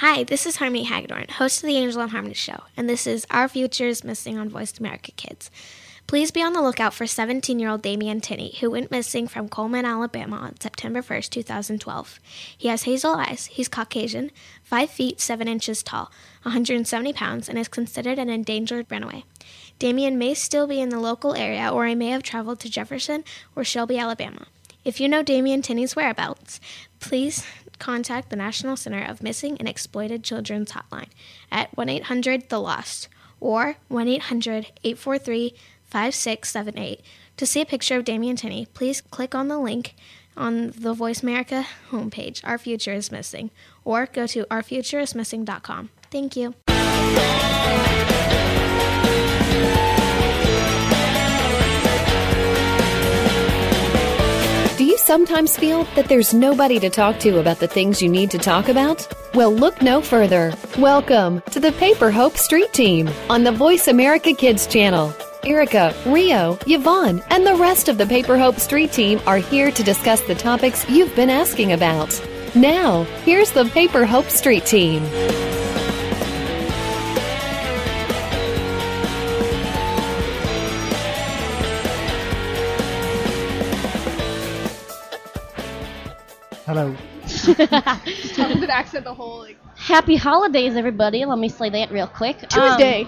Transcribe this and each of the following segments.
Hi, this is Harmony Hagedorn, host of the Angel and Harmony Show, and this is Our Futures Missing on Voiced America Kids. Please be on the lookout for 17 year old Damian Tinney, who went missing from Coleman, Alabama on September 1st, 2012. He has hazel eyes, he's Caucasian, 5 feet 7 inches tall, 170 pounds, and is considered an endangered runaway. Damian may still be in the local area, or he may have traveled to Jefferson or Shelby, Alabama. If you know Damian Tinney's whereabouts, please contact the National Center of Missing and Exploited Children's Hotline at 1 800 The Lost or 1 800 843 5678. To see a picture of Damian Tinney, please click on the link on the Voice America homepage, Our Future is Missing, or go to ourfutureismissing.com. Thank you. Do you sometimes feel that there's nobody to talk to about the things you need to talk about? Well, look no further. Welcome to the Paper Hope Street Team on the Voice America Kids channel. Erica, Rio, Yvonne, and the rest of the Paper Hope Street team are here to discuss the topics you've been asking about. Now, here's the Paper Hope Street team. Hello. With an accent the whole like Happy holidays, everybody. Let me say that real quick. Um, Tuesday.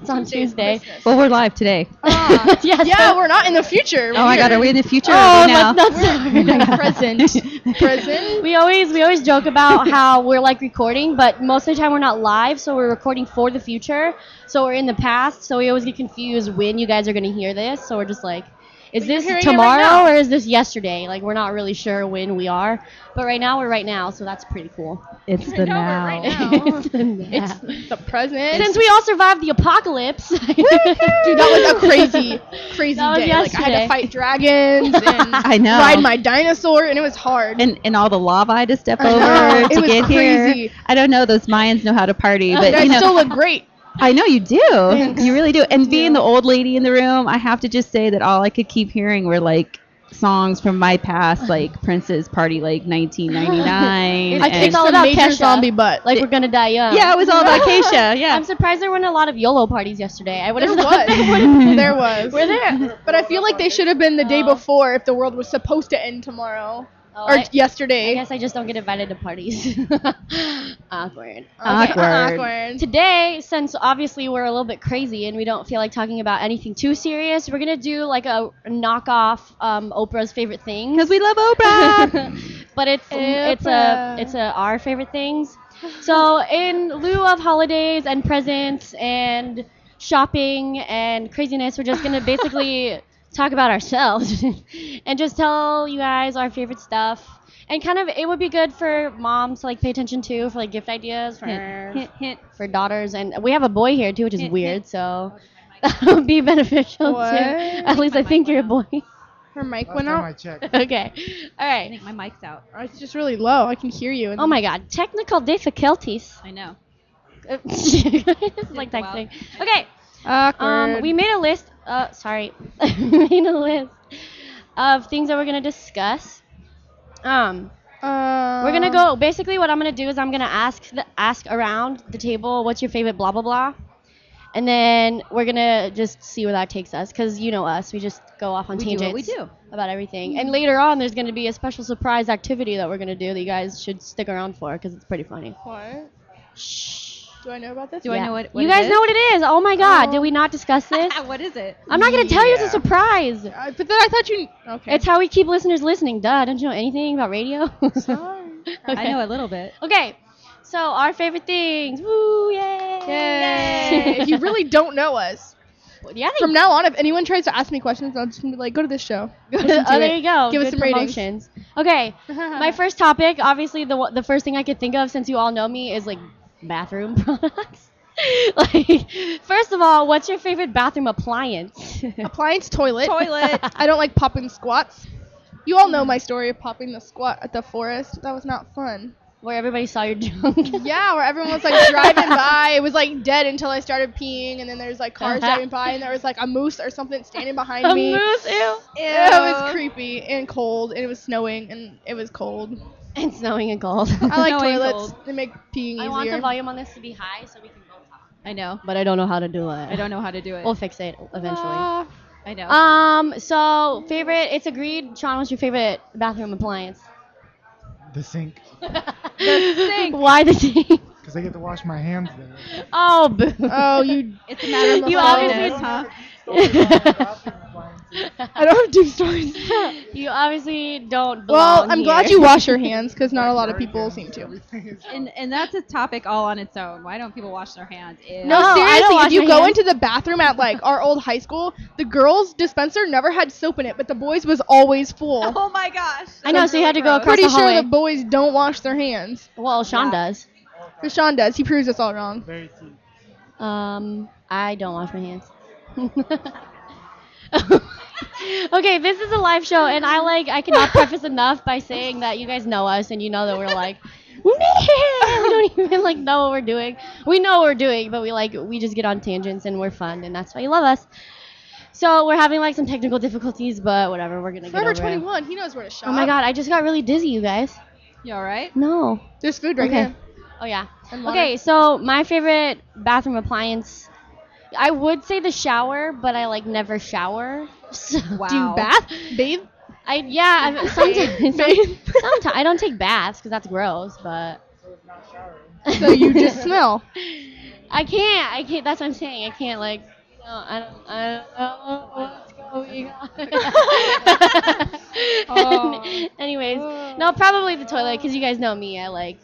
it's on Tuesday. Well, we're live today. Ah, Yes. yeah, we're not in the future. Oh my God, are we in the future? Oh, or now? let's not say we're in the present. present. We always we always joke about how we're like recording, but most of the time we're not live, so we're recording for the future. So we're in the past, so we always get confused when you guys are gonna hear this. So we're just like, is But you're this hearing it right tomorrow now. or is this yesterday? Like we're not really sure when we are, but right now we're right now, so that's pretty cool. It's the No, we're right now. now. It's the now. It's the present. Since we all survived the apocalypse, Dude, that was a crazy, crazy That was day. Like I had to yesterday. fight dragons and I know. ride my dinosaur, and it was hard. and, and all the lava I had to step I over know, it to was get crazy. here. I don't know. Those Mayans know how to party, you but guys you know, still look great. I know you do. You really do. And being the old lady in the room, I have to just say that all I could keep hearing were like songs from my past, like Prince's Party, like 1999. I- and- it's all about major Kesha. zombie butt. like we're gonna die young. yeah, it was all about Keisha. Yeah. I'm surprised there weren't a lot of YOLO parties yesterday. I would There have thought there would. was. there was. We're there. But I feel like they should have been the day before if the world was supposed to end tomorrow Oh, or I, I yesterday. guess I just don't get invited to parties. Awkward. Awkward. Awkward. Today, since obviously we're a little bit crazy and we don't feel like talking about anything too serious, we're gonna do like a knockoff um, Oprah's favorite things. because we love Oprah. but it's it's a Oprah. it's a our favorite things. So in lieu of holidays and presents and shopping and craziness, we're just gonna basically talk about ourselves and just tell you guys our favorite stuff. And kind of, it would be good for moms to like pay attention to for like gift ideas for hint, hint. for daughters, and we have a boy here too, which is Hint, weird. Oh, So that would be beneficial What? too. At least I think you're a boy. Her mic Last went time I out. checked. okay. All I right. think my mic's out. It's just really low. I can hear you. And Oh my god, technical difficulties. I know. it's like that thing. Okay, Awkward. um, we made a list. Uh, sorry, made a list of things that we're gonna discuss. Um, we're gonna Um. go. Basically, what I'm gonna do is I'm gonna ask the ask around the table, what's your favorite blah blah blah, and then we're gonna just see where that takes us, cause you know us, we just go off on We do tangents what we do. Mm-hmm. about everything. And later on, there's gonna be a special surprise activity that we're gonna do that you guys should stick around for, cause it's pretty funny. What? Shh. Do I know about this? Do I know what- what you it guys is? know what it is? Oh my god, Oh. did we not discuss this? what is it? I'm not gonna tell you it's a Yeah. surprise. Uh, but then I thought you. Okay. It's how we keep listeners listening. Duh, don't you know anything about radio? Sorry. I know a little bit. Okay, so our favorite things. Woo, yay! Yay. if you really don't know us, yeah, they from now on, if anyone tries to ask me questions, I'm just gonna be like, go to this show. Listen to oh, it. there you go. Give us Good some ratings. promotions. Okay, my first topic, obviously the one- the first thing I could think of since you all know me is like bathroom products. like, first of all, what's your favorite bathroom appliance? Appliance toilet. Toilet. I don't like popping squats. You all know my story of popping the squat at the forest. That was not fun. where everybody saw your junk. Yeah, where everyone was like driving by. It was like dead until I started peeing, and then there's like cars driving by, and there was like a moose or something standing behind Uh-huh. A me. moose, ew. Yeah, it was creepy and cold, and it was snowing, and it was cold. And snowing and cold. I like Snowing toilets. They make peeing I easier. want the volume on this to be high so we can both talk. I know, But I don't know how to do it. I don't know how to do it. We'll fix it eventually. Ah, I know. Um, so favorite, it's agreed. Sean, what's your favorite bathroom appliance? The sink. Why the sink? Because I get to wash my hands there. Oh, boo. oh, you. it's a matter of You politeness, obviously- huh? I don't have two stories. you obviously don't belong Well, I'm glad here. you wash your hands because not a lot of people seem to. And and that's a topic all on its own. Why don't people wash their hands? Ew. No, I don't seriously, wash if you my go hands. into the bathroom at like our old high school, the girls' dispenser never had soap in it, but the boys was always full. Oh my gosh. I know, that's so you had to go really gross. across- Pretty the sure hallway. the boys don't wash their hands. Well, Sean Yeah. does. But Sean does. He proves us all wrong. Very cute. Um, I don't wash my hands. okay, this is a live show, and I like I cannot preface enough by saying that you guys know us and you know that we're like, "Meh," we don't even like know what we're doing. We know what we're doing, but we like we just get on tangents and we're fun, and that's why you love us. So we're having like some technical difficulties, but whatever, we're gonna Forever get over it. 21, he knows where to shop. Oh my god, I just got really dizzy, you guys. You all right? No. There's food right Okay. here. Oh yeah. And water. Okay, so my favorite bathroom appliance, I would say the shower, but I like never shower. So Wow. Do you bath? Bathe? I yeah, I, sometimes sometimes I don't take baths because that's gross, but So you just smell. I can't. I can't. That's what I'm saying. I can't like. no, I don't, I don't know what's going on. Oh. Anyways, no, probably the toilet because you guys know me. I like,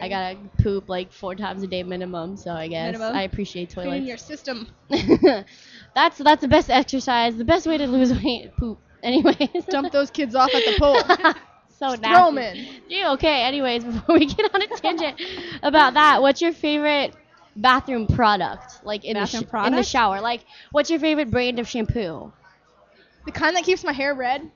I gotta poop like four times a day minimum. So I guess Minimum? I appreciate Clean toilets. your system. that's that's the best exercise. The best way to lose weight, poop. Anyways, Dump those kids off at the pole. so nasty. Throw 'em in. Yeah, okay. Anyways, before we get on a tangent about that, what's your favorite bathroom product? Like in Bathroom the sh- in the product? shower. Like, what's your favorite brand of shampoo? The kind that keeps my hair red.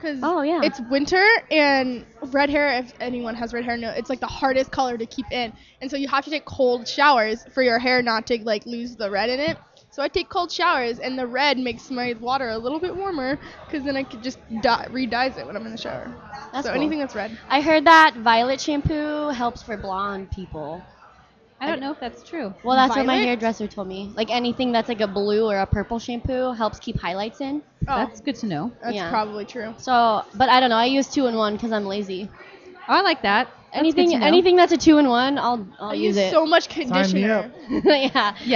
Cause Oh, yeah. it's winter and red hair. If anyone has red hair, no, it's like the hardest color to keep in, and so you have to take cold showers for your hair not to like lose the red in it. So I take cold showers, and the red makes my water a little bit warmer, cause then I could just dye, re-dyes it when I'm in the shower. That's so cool. anything that's red. I heard that violet shampoo helps for blonde people. I don't know if that's true. Well, that's what my Violet? hairdresser told me. Like anything that's like a blue or a purple shampoo helps keep highlights in. That's good to know. Oh. That's yeah. probably true. So, but I don't know. I use two in one because I'm lazy. Oh, I like that. That's good anything, to know. anything that's a two in one, I'll I'll I use, use it. so much Sign me conditioner. up. yeah, Yeah,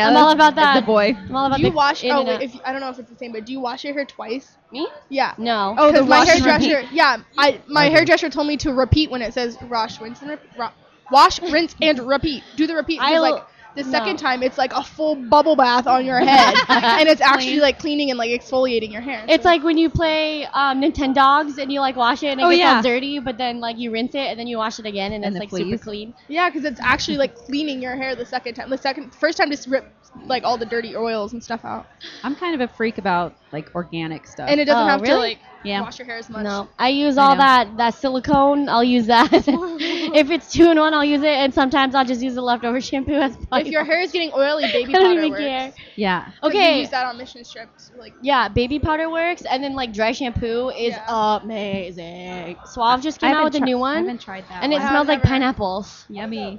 I'm that's- all about that's that. a boy. I'm all about Do you the wash? in Oh, and wait, out. if I don't know if it's the same, but do you wash your hair twice? me? Yeah. No. Oh, the Because my wash and repeat. hairdresser, yeah, I my Okay. hairdresser told me to repeat when it says wash, rinse, and rep- ro- wash, rinse, and repeat. Do the repeat. 'cause, I'll- like the second no. time, it's like a full bubble bath on your head, and it's actually like cleaning and like exfoliating your hair. It's like when you play um, Nintendogs and you like wash it and it Oh, gets yeah. all dirty, but then like you rinse it and then you wash it again and, it's And the like fleas. super clean. yeah, because it's actually like cleaning your hair the second time. The second first time just rip like all the dirty oils and stuff out, I'm kind of a freak about like organic stuff. and it doesn't Oh, have to really? like Yeah. wash your hair as much. No, I use I all know. that that silicone. I'll use that. if it's two in one, I'll use it, and sometimes I'll just use the leftover shampoo as. If your hair is getting oily, I baby powder don't even works. care. yeah. 'Cause Okay. we use that on mission trips. Like Yeah, baby powder works, and then like dry shampoo is Yeah. amazing. Suave just I came out haven't with a tri- new I one, haven't tried that. and it one. smells like never- pineapples. yummy.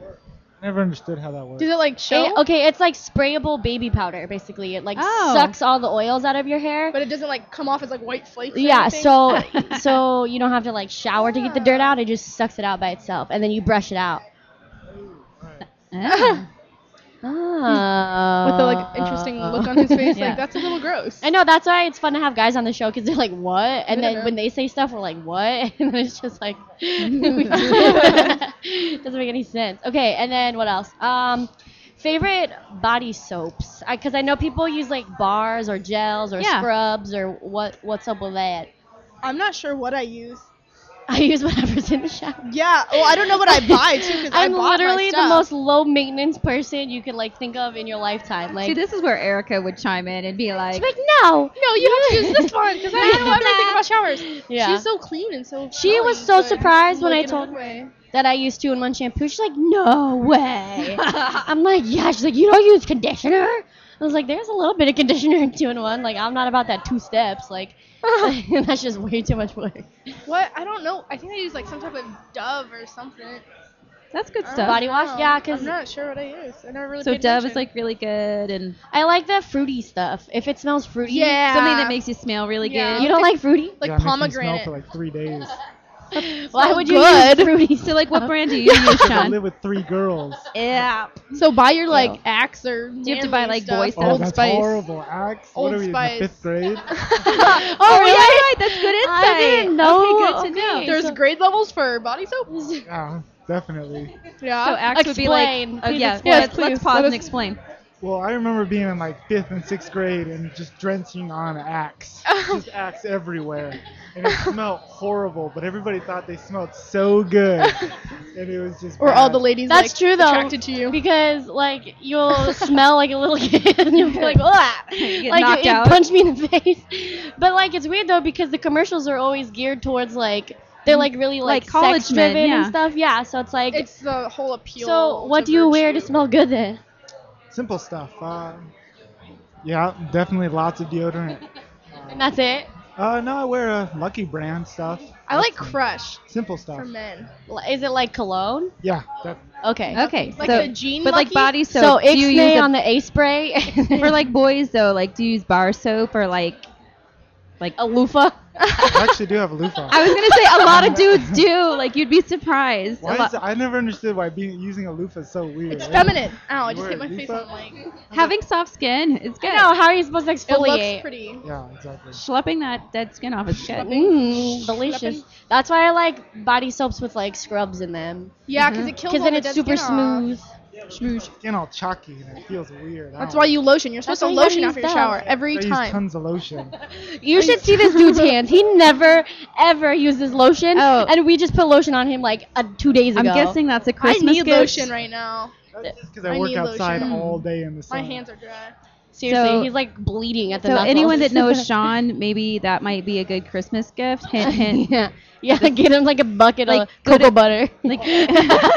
Never understood how that works. does it like show? It- okay, it's like sprayable baby powder basically. It like Oh. sucks all the oils out of your hair. But it doesn't like come off as like white flakes. or yeah, anything? so so you don't have to like shower to get the dirt out. It just sucks it out by itself, and then you brush it out. Oh. Oh. with a like interesting look on his face. Ah. Yeah. Like that's a little gross. I know that's why it's fun to have guys on the show because they're like, "What?" And then Whatever. when they say stuff, we're like, "What?" And then it's just like doesn't make any sense. Okay, and then what else? Um, favorite body soaps because I, know people use like bars or gels or Yeah. scrubs or what. What's up with that? I'm not sure what I use. I use whatever's in the shower. Yeah. Well, I don't know what I buy too because I I'm bought my literally the stuff. most low maintenance person you could like think of in your lifetime. Like, See, this is where Erica would chime in and be like, she's like no, No, you have to use this one because I don't know everything about showers. Yeah. She's so clean and so. She was smelly, so but- surprised when like, I in a told good her. way. that I used to in one shampoo. She's like, no way. I'm like, yeah. She's like, you don't use conditioner? I was like, there's a little bit of conditioner in two in one. Like, I'm not about that two steps. Like, that's just way too much work. What? I don't know. I think I use like some type of Dove or something. That's good stuff. Body wash? Oh, Yeah, because I'm not sure what I use. I never really. so paid Dove is attention. like really good and I like the fruity stuff. If it smells fruity, yeah, something that makes you smell really oh, Yeah. You good. don't like fruity? like yeah, it makes me smell pomegranate. for like three days. Why smells would you good. use fruity? So like, what brand do you use, I Sean? live with three girls. Yeah. so buy your like Ew. Axe or. Do you have to buy, like, boy stuff? Oh, Old that's Spice. horrible. Axe. Old what are we Spice. in the fifth grade? oh, Oh, yeah, really? right. That's good insight. I didn't know. Okay, good to know. Okay. There's So- grade levels for body soap. yeah, Oh, definitely. Yeah. So Axe would be like, Explain. oh Please yeah, explain. let's, Yes, let's please. pause Let and us- explain. Well, I remember being in like fifth and sixth grade and just drenching on Axe. just Axe everywhere. And it smelled horrible, but everybody thought they smelled so good. And it was just. or all bad. the ladies. That's like, true, though. Attracted to you. Because like you'll smell like a little kid and you'll be like, ah, You get like knocked it, it out. punched me in the face. But like it's weird though because the commercials are always geared towards like they're like really Like like, college sex driven men, yeah. and stuff. Yeah, so it's like It's the whole appeal. so what to do you wear to virtue. smell good then? Simple stuff. Uh, yeah, definitely lots of deodorant. And that's it. Uh, no, I wear a Lucky brand stuff. I like Crush Simple stuff. for men. L- Is it like cologne? Yeah, that, Okay. Okay, Like so the jean. but like Lucky? body So, soap. do you use Ixnay a- on the A spray, for like boys though? Like do you use bar soap or like? a loofah. I actually do have a loofah. I was gonna say a lot of dudes do. Like you'd be surprised. A Why lot- is I never understood why being using a loofah is so weird. It's right? feminine. Ow! I You just wear hit a my face loofah? on like. having soft skin is good. No, how are you supposed to It looks exfoliate? pretty. Yeah, exactly. Schlepping that dead skin off is good. Mm. Mmm, delicious. That's why I like body soaps with like scrubs in them. Yeah, because it kills Because all Mm-hmm. then the it's dead super skin off. smooth. Skin all chalky and it feels weird. I That's don't why know. you lotion. You're supposed That's to why you lotion gotta after use your Dove. shower every I use time. tons of lotion. You should see this dude's hands. He never ever uses lotion, Oh. and we just put lotion on him like uh, two days I'm ago. guessing that's a I Christmas need gift. lotion right now. That's just because I I work need outside lotion. all day in the sun. My hands are dry. seriously, So- he's like bleeding at the. So knuckles. anyone that knows Sean, maybe that might be a good Christmas gift. Hint, hint. yeah, yeah, get him like a bucket Like, of cocoa butter. Like,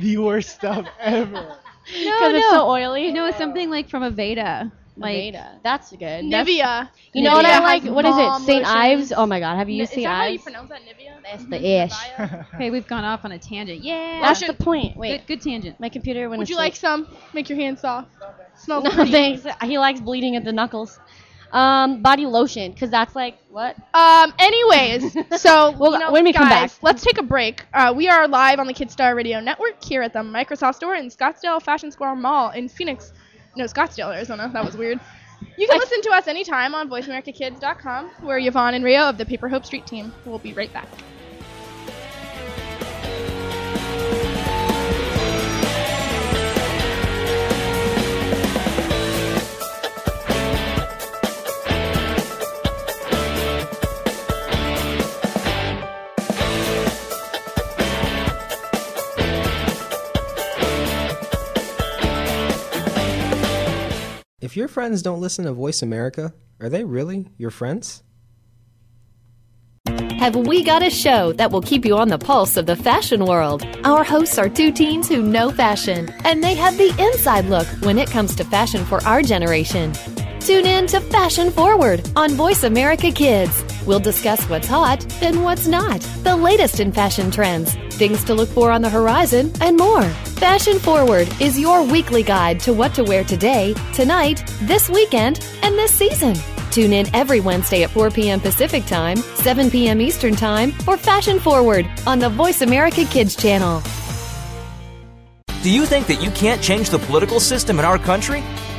the worst stuff ever. because it's so oily. you know, it's something like from Aveda. Like, Aveda. that's good. That's- Nivea. you know what I Nivea like? has What is bomb it? St. Ives. lotions. Oh my God, have you Um, Is used that St. how you Ives? pronounce that? Nivea. That's the ish. Okay, we've gone off on a tangent. Yeah. That's the point. Wait, Good, good tangent. my computer went. Would you asleep. like some? Make your hands soft. Smells No, pretty. thanks. He likes bleeding at the knuckles. Um, body lotion, because that's like what? Um. Anyways, so Well, you know, when we come guys, back. let's take a break. Uh, we are live on the Kidstar Radio Network here at the Microsoft Store in Scottsdale Fashion Square Mall in Phoenix. No, Scottsdale, Arizona. That was weird. You can listen to us anytime on VoiceAmericaKids.com. We're Yvonne and Rio of the Paper Hope Street team. We'll be right back. If your friends don't listen to Voice America, are they really your friends? Have we got a show that will keep you on the pulse of the fashion world? Our hosts are two teens who know fashion, and they have the inside look when it comes to fashion for our generation. Tune in to Fashion Forward on Voice America Kids. We'll discuss what's hot and what's not, the latest in fashion trends, things to look for on the horizon, and more. Fashion Forward is your weekly guide to what to wear today, tonight, this weekend, and this season. Tune in every Wednesday at 4 p.m. Pacific Time, 7 p.m. Eastern Time for Fashion Forward on the Voice America Kids channel. Do you think that you can't change the political system in our country?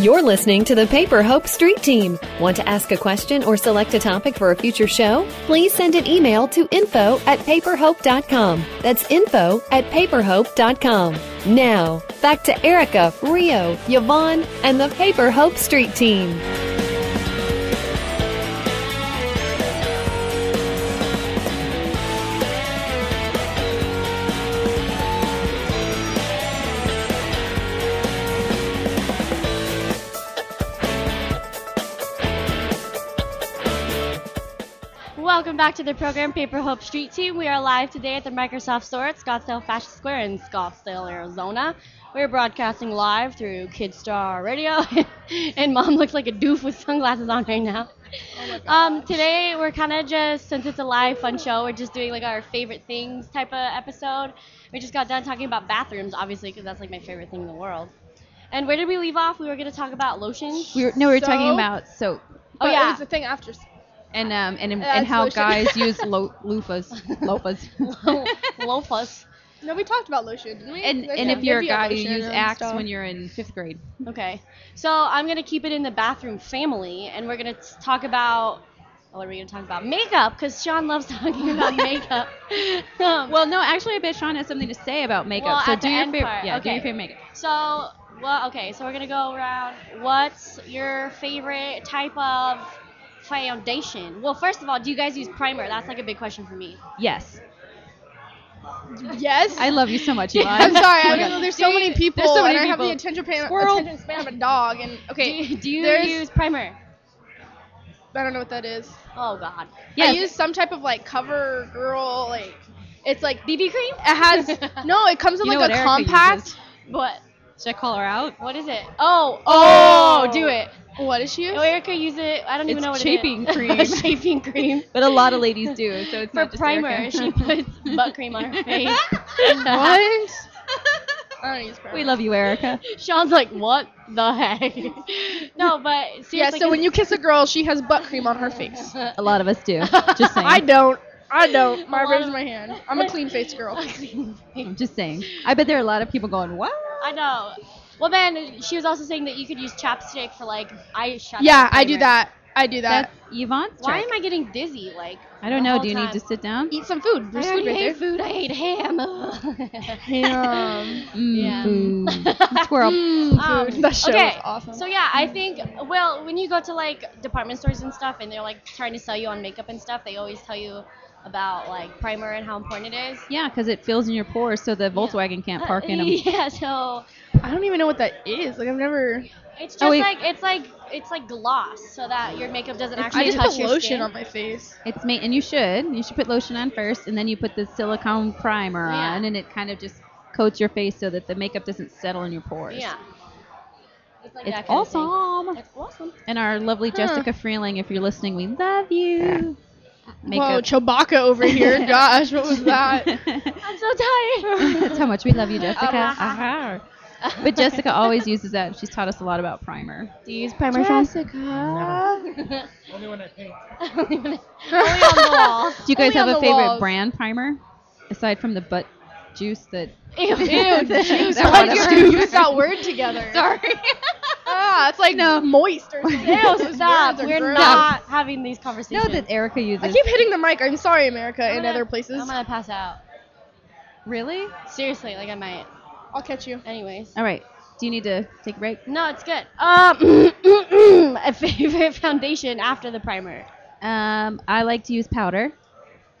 You're listening to the Paper Hope Street Team. Want to ask a question or select a topic for a future show? Please send an email to info at paperhope.com. That's info at paperhope.com. Now, back to Erica, Rio, Yvonne, and the Paper Hope Street Team. Welcome back to the program, Paper Hope Street Team. We are live today at the Microsoft Store at Scottsdale Fashion Square in Scottsdale, Arizona. We're broadcasting live through Kidstar Radio, and Mom looks like a doof with sunglasses on right now. Oh um, today we're kind of just since it's a live fun show, we're just doing like our favorite things type of episode. We just got done talking about bathrooms, obviously, because that's like my favorite thing in the world. And where did we leave off? We were gonna talk about lotions. We were, no, we were talking So- about soap Oh But It yeah, was the thing after. and um and and, That's how lotion. guys use lo- loofahs, loofahs. Oh, loafers. No, we talked about lotion, didn't we? and Like, and yeah, if you're a Nivea guy, you lotion use and Axe stuff. when you're in fifth grade. Okay. So I'm going to keep it in the bathroom family, and we're going to talk about. oh, What are we going to talk about? Makeup, because Sean loves talking about makeup. Um, Well, no, actually, I bet Sean has something to say about makeup. Well, so at do the your end favorite, part, yeah, do okay. your favorite makeup. so, well, okay, so we're going to go around. What's your favorite type of foundation? Well, first of all, do you guys use primer? That's like a big question for me. Yes, Yes. I love you so much, Elon. I'm sorry. I mean, there's so many people. so many and I have the people. attention, pan- Squirrel. attention span of a dog. And Do okay, you, do you there's- use primer? I don't know what that is. Oh, God. Yeah. I Yes. use some type of like cover girl. Like it's like it BB cream? has no. It comes in You know like what a Erica compact. uses. What? Should I call her out? What is it? Oh, Oh. oh, do it. What does she use? Oh, Erica, use it. I don't even It's know what shaping it is. cream. shaping cream. But a lot of ladies do, so it's For not just primer, Erica. she puts butt cream on her face. What? Oh. I don't use primer. we love you, Erica. Sean's like, what the heck? no, but seriously. Yeah. So when 'cause- you kiss a girl, she has butt cream on her face. A lot of us do. Just saying. I don't. I don't. A My lot raise of- my hand. I'm a clean faced girl. I'm just saying. I bet there are a lot of people going, what? I know. Well, then she was also saying that you could use chapstick for like eyeshadow. Yeah, I do primer. that. I do that. That's Yvonne's Why trick. am I getting dizzy? Like I don't the know. whole Do you need time? to sit down? Eat some food. There's I food already right ate there. food. I ate ham. Ugh. Damn. Mm, Yeah. food. Squirrel. Mm, Um, Food. That show was okay, awesome. So yeah, I think well, when you go to like department stores and stuff, and they're like trying to sell you on makeup and stuff, they always tell you about like primer and how important it is. Uh, Yeah, because it fills in your pores, so the Volkswagen Uh, can't park in them. Yeah, so I don't even know what that is. Like I've never. it's just Oh, wait. like it's like it's like gloss, so that your makeup doesn't I actually just touch put your lotion skin. on my face. It's made, and you should. You should put lotion on first, and then you put the silicone primer Yeah. on, and it kind of just coats your face so that the makeup doesn't settle in your pores. Yeah, it's like It's that kind of thing. awesome. It's awesome. And our lovely Jessica Freeling, if you're listening, we love you. Whoa, Makeup. Chewbacca over here. Gosh, what was that? I'm so tired. That's how much we love you, Jessica. Uh-huh. Uh-huh. Ah-ha. But Jessica always uses that. She's taught us a lot about primer. Do you use primer, Sean? Only when I paint. Only on the walls. Do you guys Only have on a the favorite walls. brand primer aside from the butt juice that? Ew, Ew, juice. That Why one did is you use that word together? Sorry. Ah, it's like no. moist or something. Ew, stop. Those words are We're gross. not having these conversations. no, that Erica uses. I keep hitting the mic. I'm sorry, America, I'm and gonna- other places. I'm gonna pass out. really? Seriously, like I might. I'll catch you. Anyways. All right. Do you need to take a break? No, it's good. Um, a favorite foundation after the primer. Um, I like to use powder.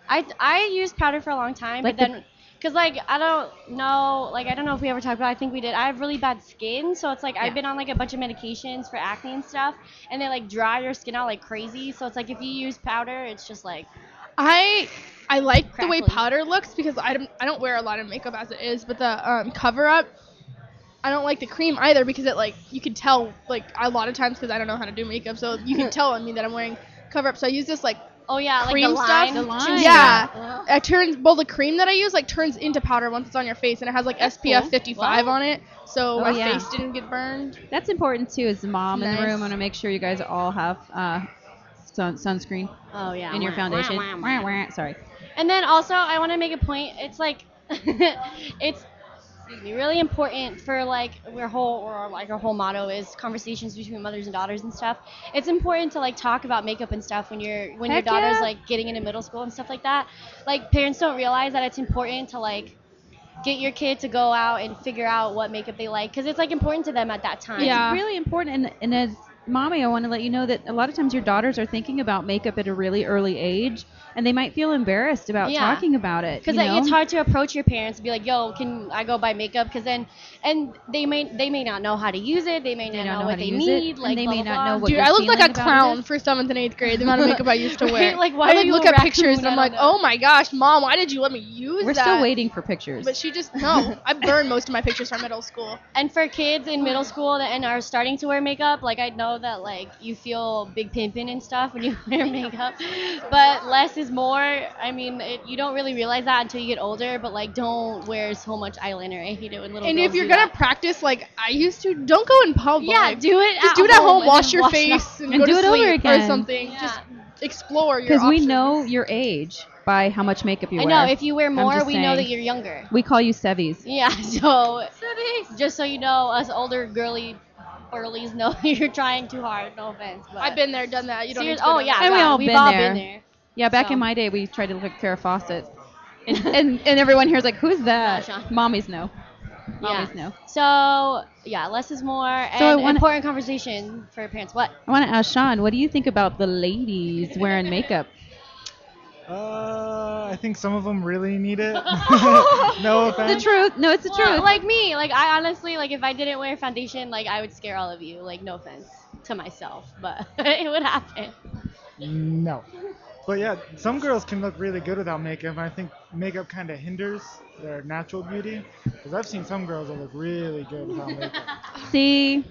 I I used powder for a long time, Like but the- then because like I don't know, like I don't know if we ever talked about. I think we did. I have really bad skin, so it's like I've Yeah. been on like a bunch of medications for acne and stuff, and they like dry your skin out like crazy. So it's like if you use powder, it's just like I I like the way Crackly. powder looks because I don't I don't wear a lot of makeup as it is, but the um, cover up. I don't like the cream either because it like you can tell like a lot of times because I don't know how to do makeup, so you can tell on me that I'm wearing cover up. So I use this like oh yeah, Cream like the stuff? lime. The lime. yeah. Ugh. It turns well the cream that I use like turns into powder once it's on your face and it has like SPF 55 on it, so Oh, my yeah. face didn't get burned. That's important too. As a mom in the Nice. room, I want to make sure you guys all have uh, sun- sunscreen Oh yeah. in your Wah, foundation. wah, wah, wah. Wah, wah. Sorry. And then also, I want to make a point. It's like, it's excuse me, really important for like our whole or like our whole motto is conversations between mothers and daughters and stuff. It's important to like talk about makeup and stuff when you're when Heck your daughter's yeah. like getting into middle school and stuff like that. Like parents don't realize that it's important to like get your kid to go out and figure out what makeup they like because it's like important to them at that time. Yeah. It's really important. And, and as mommy, I want to let you know that a lot of times your daughters are thinking about makeup at a really early age, and they might feel embarrassed about Yeah. talking about it. because you like, know? it's hard to approach your parents and be like, "Yo, can I go buy makeup?" Because then, and they may they may not know how to use it. They may They not don't know, know how what to they use it, need. and Like they blah, may blah, not know blah. what Dude, your I looked like a feeling about it clown is. for seventh and eighth grade. The amount of makeup I used to Right, wear. like, why I are like you look a at pictures and I'm raccoon? like, I don't oh my gosh, mom, why did you let me use We're that? still waiting for pictures. But she just no. I burned most of my pictures from middle school. And for kids in middle school that and are starting to wear makeup, like I know that like you feel big pimpin' and stuff when you wear makeup, but less is more. I mean, it, you don't really realize that until you get older. But like, don't wear so much eyeliner. I hate it when little. and if girls you're do gonna that. practice like I used to, don't go in public. yeah, do it. just at do it at home. and Wash then your wash it off. face and, And go do to it over sleep or again. something. Yeah. Just explore your. Because Because we know your age by how much makeup you I wear. know. If you wear more, just we know saying. that you're younger. we call you Sevies. Yeah, so just so you know, us older girly burlies know you're trying too hard. No offense, but I've been there, done that. You don't. Serious- need to go oh down yeah, that. And we God, all we've been all there. been there. Yeah, back So. in my day, we tried to look like Farrah Fawcett. And, and, and everyone here's like, who's that? Sean. Mommies know. Yeah. Mommies know. So yeah, less is more, and I wanna- important conversation for parents. What? I want to ask Sean, what do you think about the ladies wearing makeup? Uh, I think some of them really need it. no the offense. truth. No, it's the Well, truth. Like me, like I honestly, like if I didn't wear foundation, like I would scare all of you. Like no offense to myself, but it would happen. No. But yeah, some girls can look really good without makeup, and I think makeup kind of hinders their natural beauty. Because I've seen some girls that look really good without makeup. See,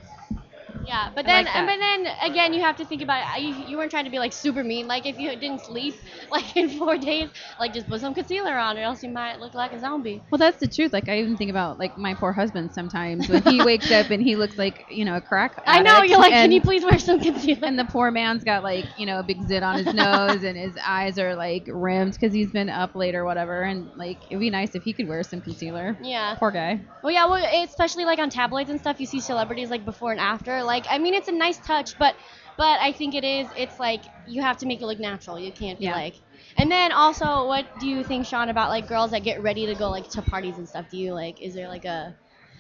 Yeah, but I then, like and that. but then again, you have to think about it. You, you weren't trying to be like super mean. Like if you didn't sleep like in four days, like just put some concealer on, or else you might look like a zombie. well, that's the truth. Like I even think about like my poor husband sometimes when he wakes up and he looks like you know a crack. I know addict, you're like, can and- you please wear some concealer? And the poor man's got like you know a big zit on his nose and his eyes are like rimmed because he's been up late or whatever. And like it'd be nice if he could wear some concealer. yeah. Poor guy. Well, yeah, well, especially like on tabloids and stuff, you see celebrities like before and after. Like, I mean, it's a nice touch, but but I think it is. It's like you have to make it look natural. You can't be Yeah. like. And then also, what do you think, Sean, about like girls that get ready to go like to parties and stuff? Do you like? Is there like a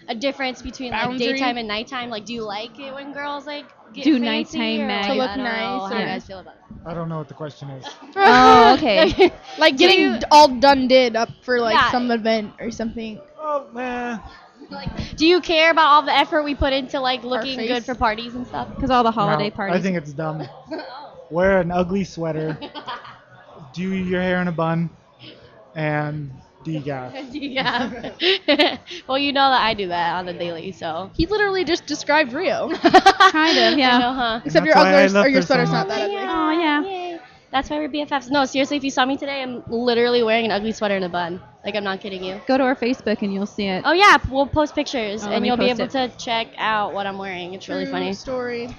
a difference between like Boundary. daytime and nighttime? Like, do you like it when girls like get Do fancy nighttime or, mag- like, To look I don't know nice How or- you guys feel about that? I don't know what the question is. Oh, okay. Like Do getting you- d- all done did up for like Yeah. some event or something. Oh man. Like, do you care about all the effort we put into like looking face. good for parties and stuff? Because all the holiday No, parties. I think it's dumb. Oh. Wear an ugly sweater. Do your hair in a bun, and degaff. yeah. well, you know that I do that on a daily, so. He literally just described Rio. kind of. I Yeah. know, huh? Except your That's why I ugly left or your her so sweater's much. not that ugly. Oh yeah. Yay. That's why we're BFFs. No, seriously, if you saw me today, I'm literally wearing an ugly sweater and a bun. Like, I'm not kidding you. Go to our Facebook and you'll see it. Oh, yeah, we'll post pictures Oh, let and me you'll be post able to it. check out what I'm wearing. It's really True funny. Story.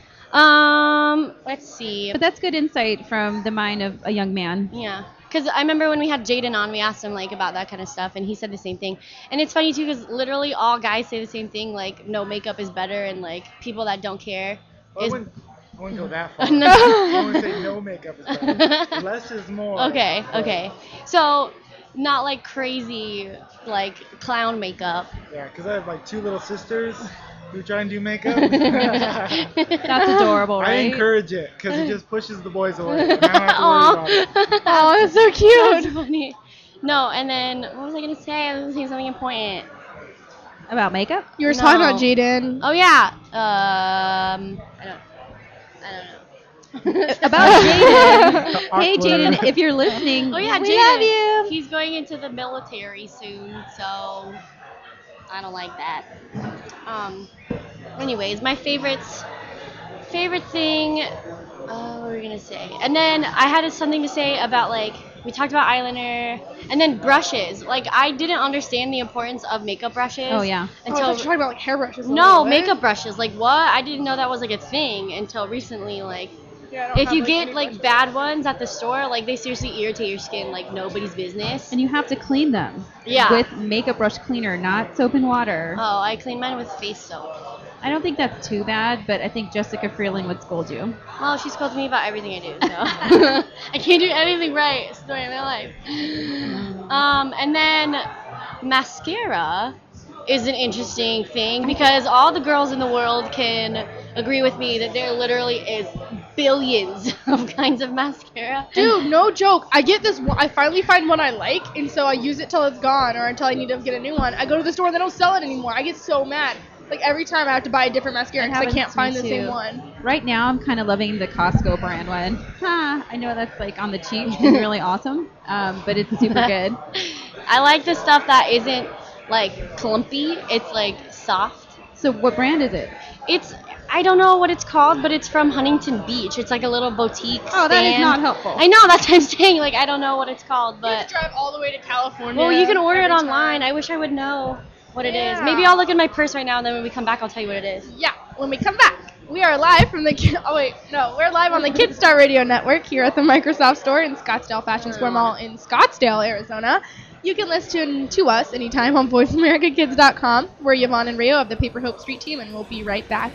Um, let's see. But that's good insight from the mind of a young man. Yeah, because I remember when we had Jaden on, we asked him like about that kind of stuff, and he said the same thing. And it's funny too, because literally all guys say the same thing, like no makeup is better, and like people that don't care I is. wouldn't, I wouldn't go that far. No. I wouldn't say no makeup is better. Less is more. Okay, but- okay. So not like crazy like clown makeup. Yeah, because I have like two little sisters who try and do makeup. I That's adorable, right? encourage it because it just pushes the boys away. and I don't have to worry about it. oh, it's so cute. funny. No, and then what was I gonna say? I was gonna say something important. About makeup? You were talking No. about Jaden. Oh yeah. Um, I don't. I don't know. About Jaden. hey, Awkward. Jaden, if you're listening, Oh yeah, we Jaden. love you. He's going into the military soon, so I don't like that. Um. Anyways, my favorites. Favorite thing. Uh, what were we gonna say? And then I had something to say about like we talked about eyeliner and then brushes. Like I didn't understand the importance of makeup brushes. Oh yeah. Oh, I thought you Until were talking about like hairbrushes. a no little bit. makeup brushes. Like what? I didn't know that was like a thing until recently. Like Yeah, I don't If have, you like, get any like questions. bad ones at the store, like they seriously irritate your skin like nobody's business. And you have to clean them. Yeah. With makeup brush cleaner, not soap and water. Oh, I clean mine with face soap. I don't think that's too bad, but I think Jessica Freeling would scold you. Well, she scolds me about everything I do, so I can't do anything right. It's the way of my life. Um, and then mascara is an interesting thing because all the girls in the world can agree with me that there literally is billions of kinds of mascara. Dude, no joke. I get this. One, I finally find one I like, and so I use it till it's gone or until I need to get a new one. I go to the store and they don't sell it anymore. I get so mad. Like every time I have to buy a different mascara It because I happens can't to find me the same too. one. Right now, I'm kind of loving the Costco brand one. Huh, I know that's like on the cheap and really awesome, um, but it's super good. I like the stuff that isn't like clumpy. It's like soft. So, what brand is it? It's I don't know what it's called, but it's from Huntington Beach. It's like a little boutique. Oh, that is stand. not helpful. I know that's what I'm saying. Like I don't know what it's called, you have but to drive all the way to California. well, you can order it every time. online. I wish I would know what it is. Yeah. Maybe I'll look in my purse right now, and then when we come back, I'll tell you what it is. Yeah, when we come back, we are live from the. Ki- Oh wait, no, we're live on the Kidstar Radio Network here at the Microsoft Store in Scottsdale Fashion Square Mall in Scottsdale, Arizona. You can listen to us anytime on VoiceAmericaKids.com. We're Yvonne and Rio of the Paper Hope Street Team, and we'll be right back.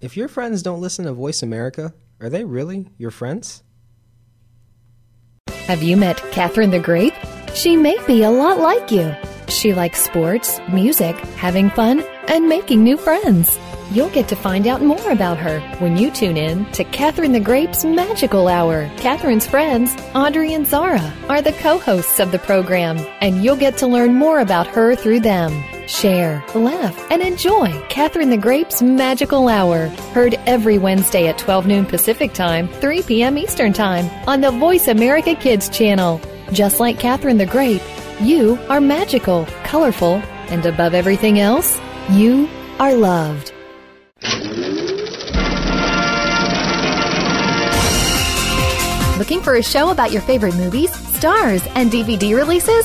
If your friends don't listen to Voice America, are they really your friends? Have you met Catherine the Great? She may be a lot like you. She likes sports, music, having fun, and making new friends. You'll get to find out more about her when you tune in to Catherine the Great's Magical Hour. Catherine's friends, Audrey and Zara, are the co hosts of the program, and you'll get to learn more about her through them. Share, laugh, and enjoy Catherine the Grape's Magical Hour. Heard every Wednesday at 12 noon Pacific Time, 3 p.m. Eastern Time on the Voice America Kids channel. Just like Catherine the Grape, you are magical, colorful, and above everything else, you are loved. Looking for a show about your favorite movies, stars, and DVD releases?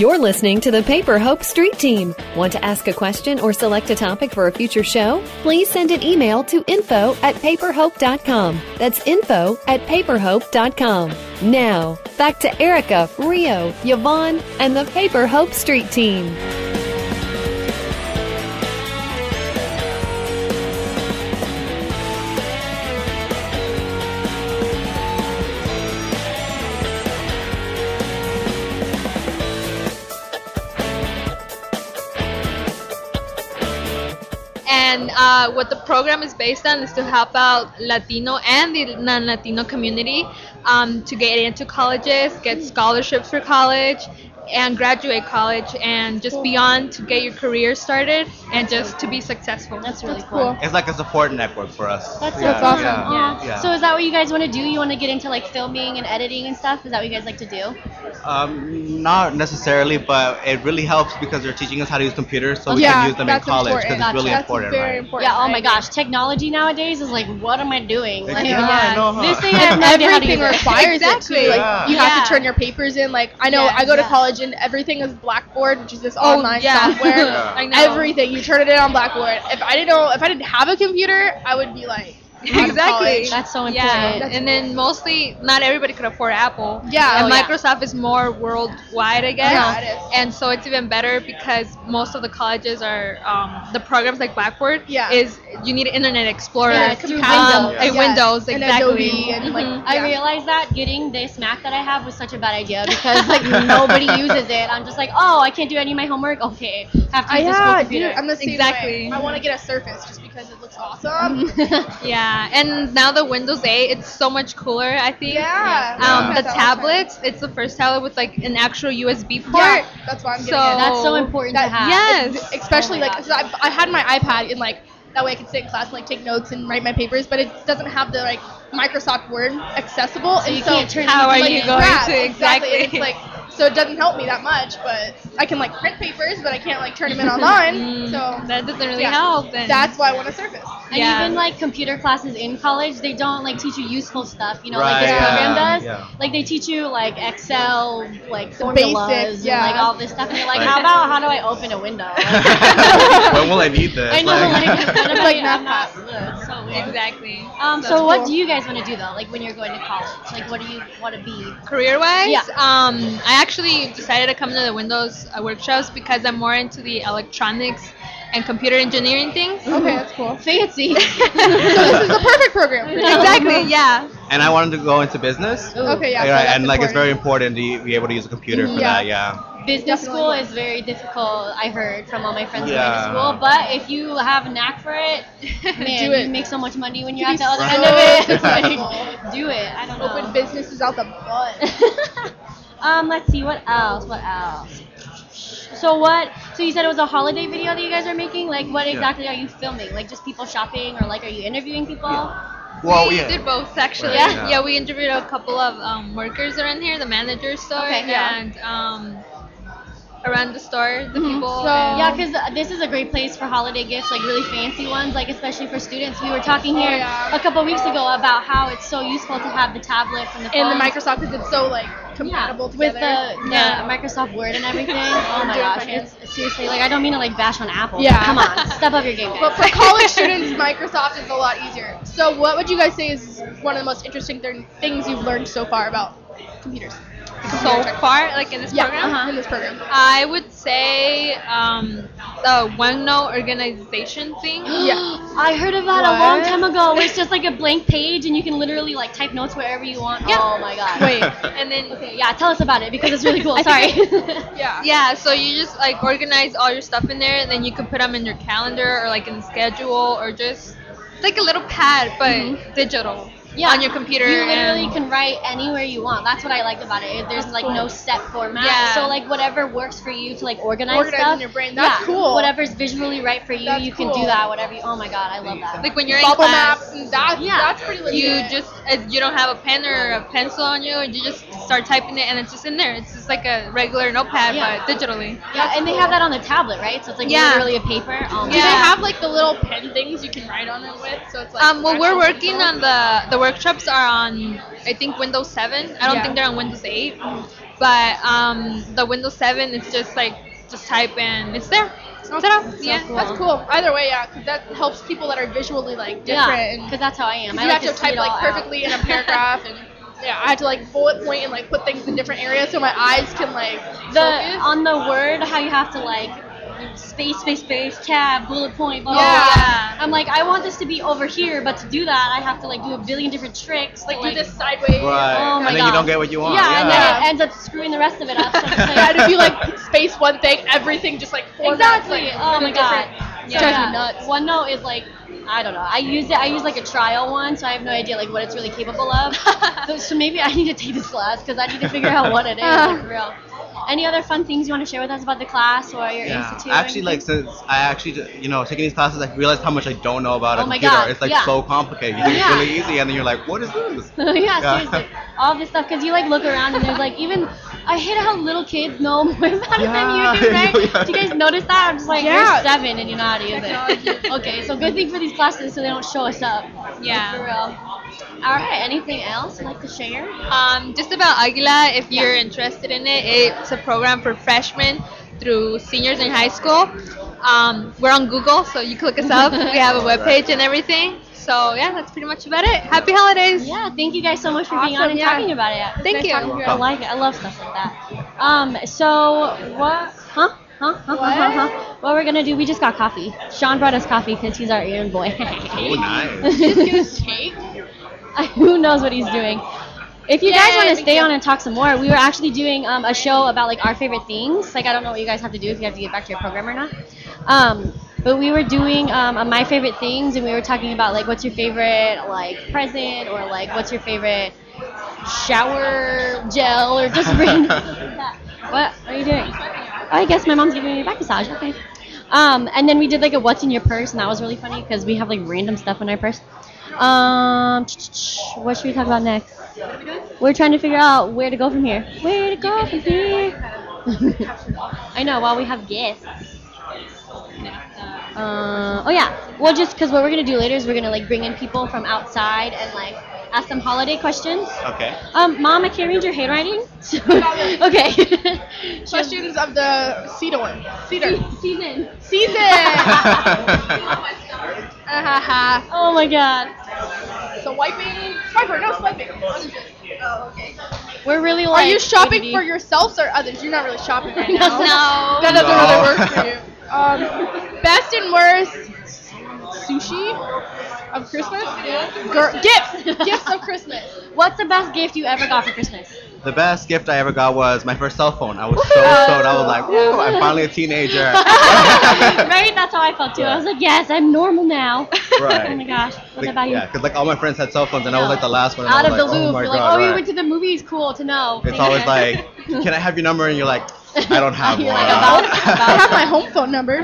You're listening to the Paper Hope Street Team. Want to ask a question or select a topic for a future show? Please send an email to info at paperhope.com. That's info at paperhope.com. Now, back to Erica, Rio, Yvonne, and the Paper Hope Street Team. And uh, what the program is based on is to help out Latino and the non-Latino community um, to get into colleges, get scholarships for college, and graduate college, and just beyond to get your career started and just to be successful. That's really cool. cool. It's like a support network for us. That's Yeah, so awesome. cool. Aw. Yeah. So is that what you guys want to do? You want to get into like filming and editing and stuff? Is that what you guys like to do? Um, not necessarily, but it really helps because they're teaching us how to use computers, so we yeah, can use them in that's college important. because it's really that's important, very right? Important. Yeah. Oh I my agree. gosh, technology nowadays is like, what am I doing? Like, Yeah, I know, huh? This thing I have no idea how to everything use it. requires it Exactly. too. Like Yeah. you have Yeah. to turn your papers in. Like I know Yeah, I go to yeah. college and everything is Blackboard, which is this Oh, online yeah. software. Yeah. I know. Everything you turn it in on Blackboard. If I didn't know, if I didn't have a computer, I would be like, exactly. That's so Yeah, important. and then mostly not everybody could afford Apple. Yeah. and Oh, yeah. Microsoft is more worldwide, I guess. Yeah, it is. And so it's even better because most of the colleges are um, the programs like Blackboard. Yeah. Is you need Internet Explorer, Yeah, it's through um, Windows. a Yes, Windows and exactly. Adobe and, like, Mhm. Mm-hmm. I Yeah. realized that getting this Mac that I have was such a bad idea because like nobody uses it. I'm just like, oh, I can't do any of my homework. Okay, have to I use this school Ah, yeah, dude, computer. I'm the same way. Exactly. I want to get a Surface just because it looks awesome. Yeah, and now the Windows 8, it's so much cooler, I think. Yeah. Um, Yeah. the tablets, it's the first tablet with like an actual USB port. Yeah, that's why I'm getting So- it. That's so Oh, important that- to have. Yes. especially Oh my like gosh. because I, I had my iPad and like that way I could sit in class and like take notes and write my papers, but it doesn't have the like Microsoft Word accessible. and you so can't turn it How are into, like, you like, going crap, to and exactly- it's like so it doesn't help me that much, but I can like print papers, but I can't like turn them in online. Mm, Mm-hmm. so that doesn't really yeah. help. And that's why I want a Surface. And Yeah. even like computer classes in college, they don't like teach you useful stuff. You know, like this Right, program yeah, does. yeah. Like they teach you like Excel, like formulas, basics, yeah. and like all this stuff. And you're like, Right. how about how do I open a window? when will I need this? I know, Like- like, what about Like you? math I'm not- ugh, it's so weird. Exactly. Um, so, That's what cool. do you guys want to do though? Like when you're going to college, like what do you want to be? career wise, Yeah. um, I actually decided to come to the Windows uh, workshops because I'm more into the electronics and computer engineering things. Okay, that's cool. Fancy. so this is the perfect program. For you. exactly, yeah. and I wanted to go into business. Okay, yeah. so Right, that's and like it's very important. important to be able to use a computer for Yeah. that. Yeah. business Definitely school would. is very difficult. I heard from all my friends Yeah. who went to school. But if you have a knack for it, man, Do it. you make so much money when You you're at can the other be end so of it. successful. Like, do it. I don't know. Open businesses out the butt. um, let's see what else. What else? So what? So you said it was a holiday video that you guys are making. Like, what exactly are you filming? Like, just people shopping, or like, are you interviewing people? Well, we yeah. did both actually. Right, yeah. yeah. we interviewed a couple of um, workers around here, the manager store, Okay, yeah. and um, around the store, the people. So- and- Yeah, because this is a great place for holiday gifts, like really fancy ones, like especially for students. We were talking here Oh, yeah. a couple weeks ago about how it's so useful to have the tablets and the And the phones. Microsoft because it's so like Yeah, compatible with the, together. the Yeah. Microsoft Word and everything. Oh my Doing my gosh, hands. it's, seriously, like I don't mean to like bash on Apple. but Yeah. come on, step up your game, guys. But for college students, Microsoft is a lot easier. So, what would you guys say is one of the most interesting thir- things you've learned so far about computers? so far, like in this Yeah, program, uh-huh, in this program. I would say um, the OneNote organization thing. yeah. I heard of that a What? long time ago. Where it's just like a blank page and you can literally like type notes wherever you want. Yeah. Oh my god. Wait, and then Okay, yeah, tell us about it because it's really cool. Sorry. Yeah. Yeah, so you just like organize all your stuff in there, and then you can put them in your calendar or like in the schedule or just it's like a little pad, but digital Mm-hmm. Yeah, on your computer. You literally and- can write anywhere you want. That's what I liked about it. There's like no set format. Yeah. So like whatever works for you to like organize Organizing stuff. your brain. That's yeah, cool. Whatever's visually right for you, That's you can cool. do that. Whatever. You, oh my god, I love that. like when you're Bubble in class, maps and that, Yeah. that's pretty legit. you just if you don't have a pen or a pencil on you, you just start typing it, and it's just in there. It's just like a regular notepad, Yeah. but digitally. yeah, and they have that on the tablet, right? So it's like Yeah. literally a paper. Oh my Do they Yeah. have like the little pen things you can write on it with? So it's like. Um, well, we're actual working on the the workshops are on I think Windows 7. I don't Yeah. think they're on Windows 8, but um, the Windows 7 is just like just type in, it's there. Ta-da. yeah. cool. That's cool. Either way, yeah, because that helps people that are visually like different. Yeah, and because that's how I am. I you like have to see type it all like out. perfectly in a paragraph and yeah i had to like bullet point and like put things in different areas so my eyes can like the focus. on the word how you have to like space space space tab bullet point blah, blah, Yeah. blah. I'm like I want this to be over here, but to do that I have to like do a billion different tricks. to, like do this sideways Right. Oh and my then God. you don't get what you Yeah, want. and then Yeah. it ends up screwing the rest of it up. So it's like, yeah, and if you like space one thing everything just like formats, exactly. like, oh in a my god. different- So, drives me yeah, nuts. OneNote is like I don't know. I use it. I use like a trial one, so I have no idea like what it's really capable of. so, so maybe I need to take this class because I need to figure out what it is like, for real. Any other fun things you want to share with us about the class or your Yeah. institute? or Actually, anything? like since I actually, ju- you know, taking these classes, I realized how much I don't know about Oh a my computer. God, It's like yeah. so complicated. You think Yeah. it's really easy, and then you're like, what is this? yeah, Yeah. seriously. All this stuff, because you like look around and there's like even I hate how little kids know more about it Yeah. than you do, right? Yeah. Do you guys notice that? I'm just like Yeah. you're seven and you know how to use it. okay, so good thing for these classes so they don't show us up. Yeah. Like, for real. All right. Anything else you'd like to share? Um, just about Aguila, if you're interested in it, it's a program for freshmen through seniors in high school. Um, we're on Google, so you click us up. we have a webpage and everything. So yeah, that's pretty much about it. Happy holidays. Yeah, thank you guys so much for being on Awesome, and yeah. talking about it. Thank Nice you. talking to I like it. I love stuff like that. Um, so what? Huh? Huh? Huh? What? Huh? Huh? What we're gonna do? We just got coffee. Sean brought us coffee because he's our errand boy. Oh, nice. Who knows what he's doing? If you guys Yeah, want I to think stay so. on and talk some more, we were actually doing um, a show about like our favorite things. Like I don't know what you guys have to do if you have to get back to your program or not. Um, but we were doing um, a my favorite things, and we were talking about like what's your favorite like present or like what's your favorite shower gel or just random things like that. What are you doing? Oh, I guess my mom's giving me a back massage. Okay. Um, and then we did like a what's in your purse, and that was really funny because we have like random stuff in our purse. Um, what should we talk about next? We're trying to figure out where to go from here. Where to go from here? I know. While we have guests. Uh, oh yeah. Well, just because what we're gonna do later is we're gonna like bring in people from outside and like ask them holiday questions. Okay. Um, mom, I can't read your handwriting. So, okay. Questions of the cedar. Cedar. Season. Season. Ah-ha-ha. Oh my God. so wiping. Swiper. No swiping. Oh, okay. We're really Are like. you shopping ADD. for yourselves or others? You're not really shopping right now. No. That doesn't No. really work for you. Um, best and worst sushi of Christmas? Gir- gifts. gifts of Christmas. What's the best gift you ever got for Christmas? The best gift I ever got was my first cell phone. I was so stoked. I was like, woo, I'm finally a teenager. right? That's how I felt too. I was like, yes, I'm normal now. Right. oh my gosh. What Like, about you? yeah, because like all my friends had cell phones and I was like the last one. and Out I of was the like, loop. Oh my You're god. like, oh, you right. went to the movies. Cool to know. it's always like, can I have your number? And you're like, I don't have You're one. like, about, I have about. my home phone number.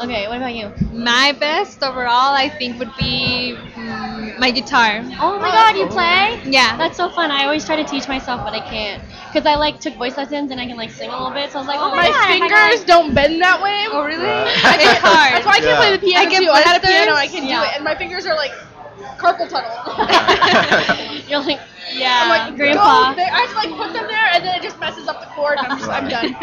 Okay, what about you? My best overall, I think, would be mm, my guitar. Oh my god, you play? Yeah. That's so fun. I always try to teach myself, but I can't. Because I like took voice lessons and I can like sing a little bit. So I was like, oh my, my god. I got- fingers don't bend that way. oh really? Right. It's hard. That's why I can Yeah. play the piano I get too. I had a blisters. piano. I can Yeah. do it, and my fingers are like carpal tunnel. You're like, I'm yeah, like, grandpa. Go there. I have to like put them there, and then it just messes up the chord. And I'm just, I'm done.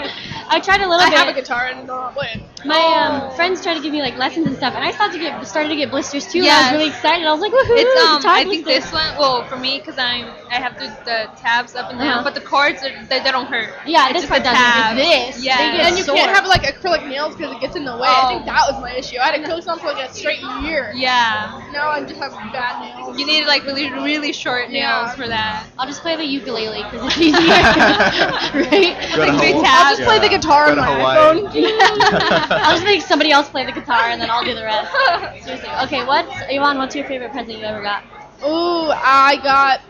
I tried a little I bit. have a guitar and don't know how to play it. My um, friends tried to give me like lessons and stuff, and I started to get started to get blisters too. and I was Yes. really excited. I was like, woohoo! It's um. guitar I think blisters. this one. Well, for me, because I'm I have the, the tabs up and down, Uh-huh. but the chords are, they, they don't hurt. Yeah, this It's just one a doesn't. tab. It's this. Yeah. They get And you sore. can't have like acrylic nails because it gets in the way. I think Oh. that was my issue. I had acrylics on for like a straight year. Yeah. Now I just have bad nails. You need like really really short nails Yeah. for that. I'll just play the ukulele because it's easier, right? Go to three Hawaii. tabs. I'll just play the Yeah. guitar Go on to my Hawaii. iPhone. I'll just make somebody else play the guitar and then I'll do the rest. Seriously. Okay, what's Yvonne? What's your favorite present you ever got? Ooh, I got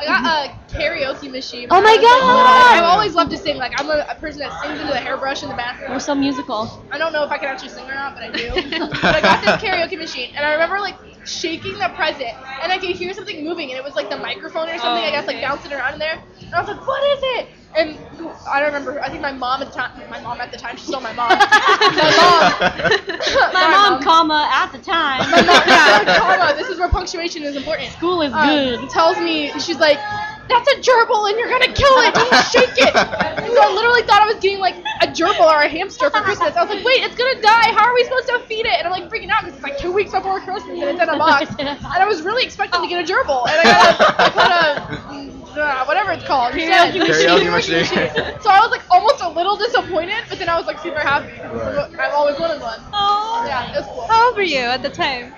I got a karaoke machine. Oh when my I was, like, God. little. I've always loved to sing. Like I'm a, a person that sings into the hairbrush in the bathroom. We're so musical. I don't know if I can actually sing or not, but I do. but I got this karaoke machine, and I remember like shaking the present, and I could hear something moving, and it was like the microphone or something. I guess like bouncing around in there, and I was like, "What is it?" And I don't remember. I think my mom at the time, my mom at the time, she's still my mom. my My mom. Sorry, mom, Mom. comma, at the My time. mom. Yeah, comma. This is where punctuation is important. School is um, good. tells me she's like, "That's a gerbil, and you're gonna kill it. Don't shake it." And so I literally thought I was getting like a gerbil or a hamster for Christmas. I was like, "Wait, it's gonna die. How are we supposed to feed it?" And I'm like freaking out because it's like two weeks before Christmas and it's in a box. And I was really expecting to get a gerbil, and I got a, I got a uh, whatever it's called. instead. Karaoke machine. So I was like almost a little disappointed, but then I was like super happy. "Oh, I've always wanted one. Oh. Yeah, it's cool. How old were you at the time?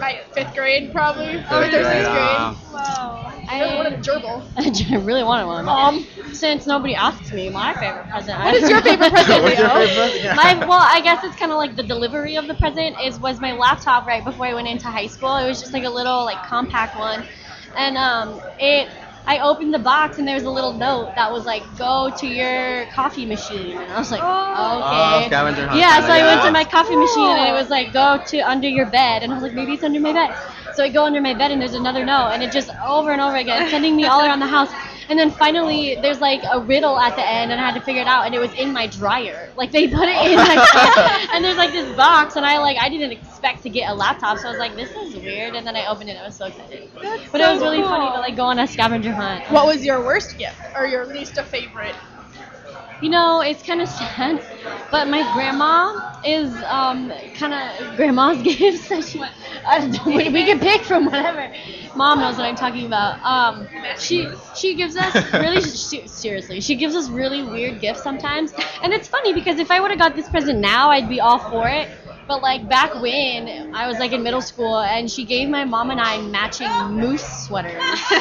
My fifth grade probably. Fifth Third or grade, sixth uh, grade. I really wanted a gerbil. I really wanted one. Mom, since nobody asked me my favorite present. What Um, is your favorite present, What's your Leo? favorite present? Yeah. My well, I guess it's kind of like the delivery of the present is was my laptop right before I went into high school. It was just like a little like compact one, and um, it I opened the box and there was a little note that was like go to your coffee machine, and I was like Oh, okay. scavenger hunt. yeah, kinda, so I went yeah. to my coffee machine and it was like go to under your bed, and I was like maybe it's under my bed. So I go under my bed and there's another note, and it just over and over again sending me all around the house. And then finally, there's like a riddle at the end, and I had to figure it out, and it was in my dryer. Like they put it in, like, and there's like this box, and I like I didn't expect to get a laptop, so I was like, this is weird. And then I opened it, and I was so excited. but it was really funny to like go on a scavenger hunt. What was your worst gift or your least a favorite? You know, it's kind of sad, but my grandma is um, kind of grandma's gifts. that she- I don't know, we, we can pick from whatever. Mom knows what I'm talking about. Um, she she gives us really she, seriously. She gives us really weird gifts sometimes, and it's funny because if I would have got this present now, I'd be all for it. But like back when I was like in middle school, and she gave my mom and I matching moose sweaters. You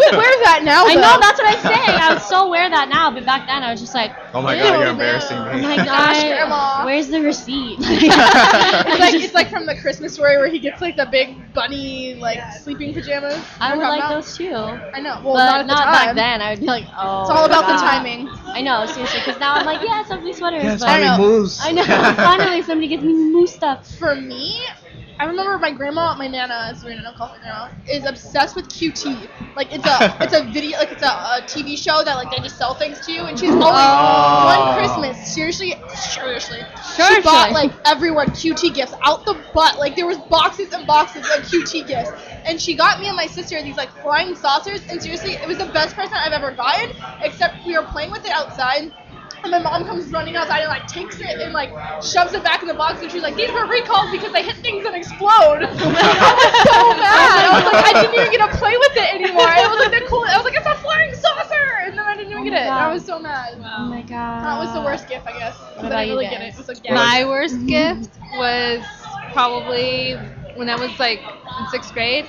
would wear that now. I though. know that's what I'm saying. I would so wear that now, but back then I was just like, Oh my Ew. god, you're embarrassing me. Oh my Gosh, god, Grandma. where's the receipt? It's like it's like from the Christmas story where he gets like the big bunny like sleeping pajamas. I You would know what I'm like talking those too, about? I know. Well, but not not, at the back time. then. I would be like, oh. It's all about the God. timing. I know, seriously, because now I'm like, yes, ugly sweaters. Yes, but Harry moves. I know. Finally, somebody gets me moose stuff. For me, I remember my grandma, my nana, as we don't call her grandma, is obsessed with QT. Like it's a it's a video, like it's a, a TV show that like they just sell things to you, and she's always Oh. one Christmas. Seriously, seriously, she bought like everyone QT gifts out the butt. Like there was boxes and boxes of QT gifts, and she got me and my sister these like flying saucers. And seriously, it was the best present I've ever gotten. Except we were playing with it outside. And my mom comes running outside and like takes it and like shoves it back in the box and she's like, These were recalls because they hit things and explode. I was so mad. I was like, I didn't even get to play with it anymore. It was like the cool I was like, It's a flying saucer and then I didn't even Oh get my it. God. I was so mad. Oh my god. That was the worst gift, I guess. 'cause I about didn't you really get it. guys? It was like, yeah. My worst gift was probably when I was like in sixth grade,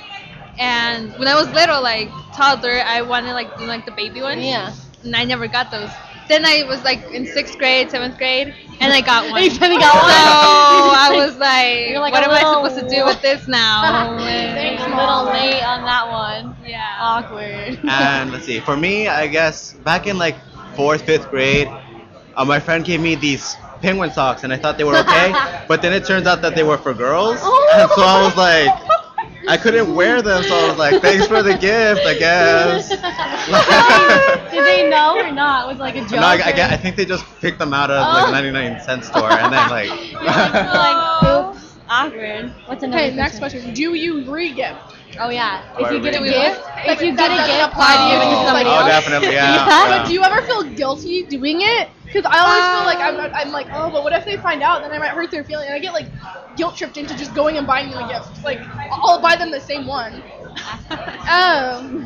and when I was little, like toddler, I wanted like the- like the baby ones. Yeah. And I never got those. Then I was like in sixth grade, seventh grade, and I got one. You finally got one. So I was like, You're like what a am I little- supposed to do with this now? Thanks, a little late on that one. yeah. Awkward. and let's see. For me, I guess back in like fourth, fifth grade, uh, my friend gave me these penguin socks, and I thought they were okay. but then it turns out that they were for girls, and so I was like, I couldn't wear them. So I was like, thanks for the gift, I guess. Did they know or not? Was it like a joke. No, I, I, or- get- I think they just picked them out of like Oh. 99 cent store, and then like. You're like, you're like, oops, awkward. What's another? Okay, next question. Do you re gift? Oh yeah, Why if you are get a we- gift, if you that get a doesn't gift, apply to you and oh, you oh, somebody oh, else. definitely, yeah. Yeah. But do you ever feel guilty doing it? Because I always feel like Um, I'm, I'm like, oh, but what if they find out? Then I might hurt their feeling, and I get like guilt tripped into just going and buying them a gift. Like I'll buy them the same one. Um,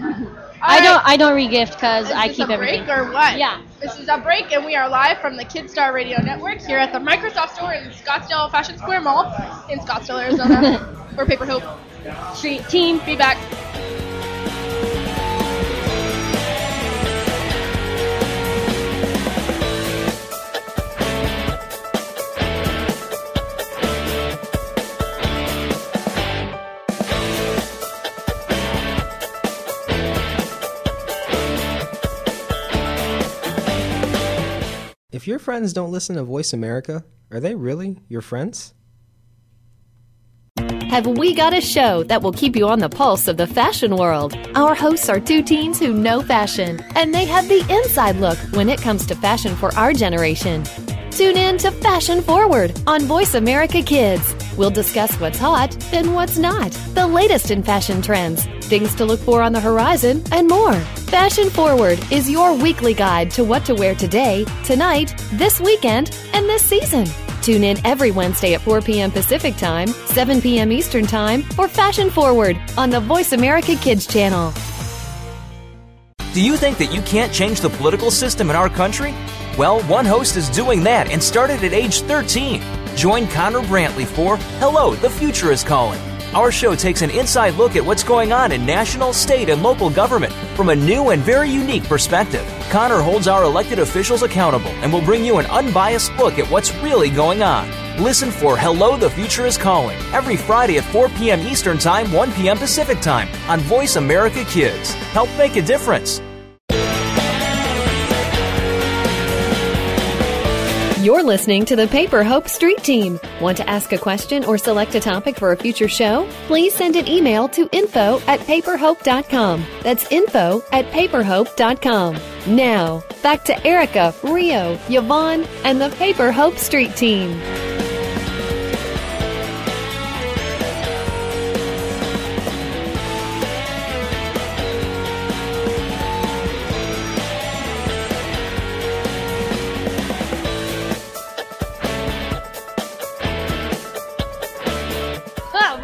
I alright, don't. I don't regift because Is I this keep a everything. break or what? Yeah. This is a break, and we are live from the Kidstar Radio Network here at the Microsoft Store in Scottsdale Fashion Square Mall in Scottsdale, Arizona. We're Paper Hope. Street team Be back. If your friends don't listen to Voice America, are they really your friends? Have we got a show that will keep you on the pulse of the fashion world? Our hosts are two teens who know fashion, and they have the inside look when it comes to fashion for our generation. Tune in to Fashion Forward on Voice America Kids. We'll discuss what's hot and what's not, the latest in fashion trends, things to look for on the horizon, and more. Fashion Forward is your weekly guide to what to wear today, tonight, this weekend, and this season. Tune in every Wednesday at 4 p.m. Pacific Time, 7 p.m. Eastern Time for Fashion Forward on the Voice America Kids channel. Do you think that you can't change the political system in our country? Well, one host is doing that and started at age 13. Join Connor Brantley for Hello, the Future is Calling. Our show takes an inside look at what's going on in national, state, and local government from a new and very unique perspective. Connor holds our elected officials accountable and will bring you an unbiased look at what's really going on. Listen for Hello, the Future is Calling every Friday at 4 p.m. Eastern Time, 1 p.m. Pacific Time on Voice America Kids. Help make a difference. You're listening to the Paper Hope Street Team. Want to ask a question or select a topic for a future show? Please send an email to info at paperhope.com. That's info at paperhope.com. Now, back to Erica, Rio, Yvonne, and the Paper Hope Street Team. Ah,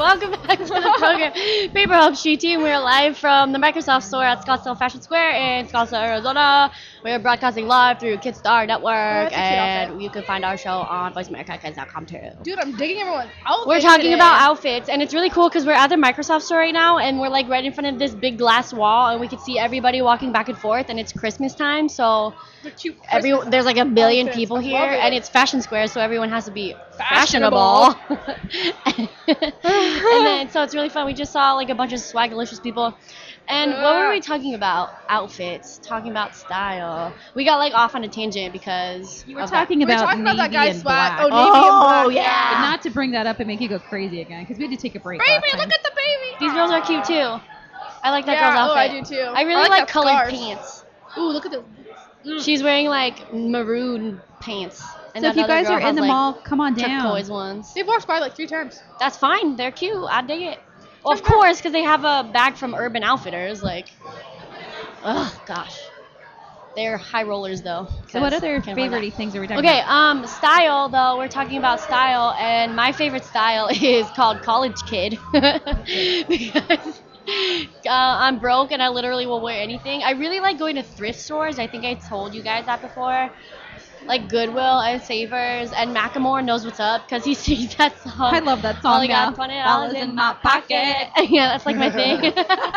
back to the program. Paper Hope Street Team. We're live from the Microsoft Store at Scottsdale Fashion Square in Scottsdale, Arizona. We are broadcasting live through Kidstar Network, Oh, that's a cute and you can find our show on voiceamericakids.com too. Dude, I'm digging everyone's outfits. We're talking today. about outfits, and it's really cool because we're at the Microsoft store right now, and we're like right in front of this big glass wall, and we can see everybody walking back and forth, and it's Christmas time, so The cute every Christmas there's like a billion outfits. people I love here, it. and it's Fashion Square, so everyone has to be Fashionable. fashionable. and then so it's really fun. We just saw like a bunch of swagalicious people. And what were we talking about? Outfits, talking about style. We got like off on a tangent because You were of that. talking We were about talking about navy that guy's and swag. black. Oh, navy and black. Oh, yeah. But not to bring that up and make you go crazy again, because we had to take a break. Baby, last time. look at the baby. These girls are cute too. I like that yeah, girl's oh, I outfit. do too. I really like, that colored scarf. pants. Ooh, look at the. Mm. She's wearing like maroon pants. So if you another guys girl are in has, the like, mall, come on down. turquoise ones. They've walked by like three times. That's fine. They're cute. I dig it. Well, of course, because they have a bag from Urban Outfitters. Like, oh gosh, they're high rollers though. So what 'cause other can't afford that. favorite things are we talking Okay, about? um, style though. We're talking about style, and my favorite style is called college kid because uh, I'm broke and I literally will wear anything. I really like going to thrift stores. I think I told you guys that before, like Goodwill and Savers, and Macklemore knows what's up because he sings that song. I love that All song I now. got twenty Dollars dollars in in my my pocket. yeah, that's like my thing.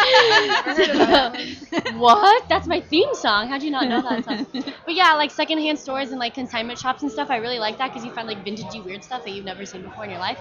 So- what? That's my theme song. How'd you not know that song? But yeah, like secondhand stores and like consignment shops and stuff, I really like that because you find like vintagey weird stuff that you've never seen before in your life,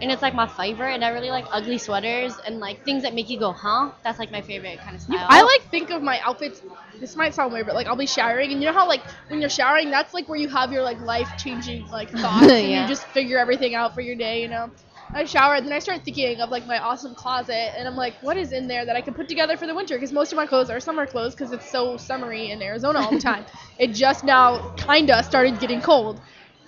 and it's like my favorite. And I really like ugly sweaters and like things that make you go, huh? That's like my favorite kind of style. I like think of my outfits. This might sound weird, but like I'll be showering, and you know how like when you're showering, that's like where you have your like life changing like thoughts, and Yeah. you just figure everything out for your day. You know, I shower, and then I start thinking of like my awesome closet, and I'm like, what is in there that I can put together for the winter? Because most of my clothes are summer clothes, because it's so summery in Arizona all the time. it just now kinda started getting cold.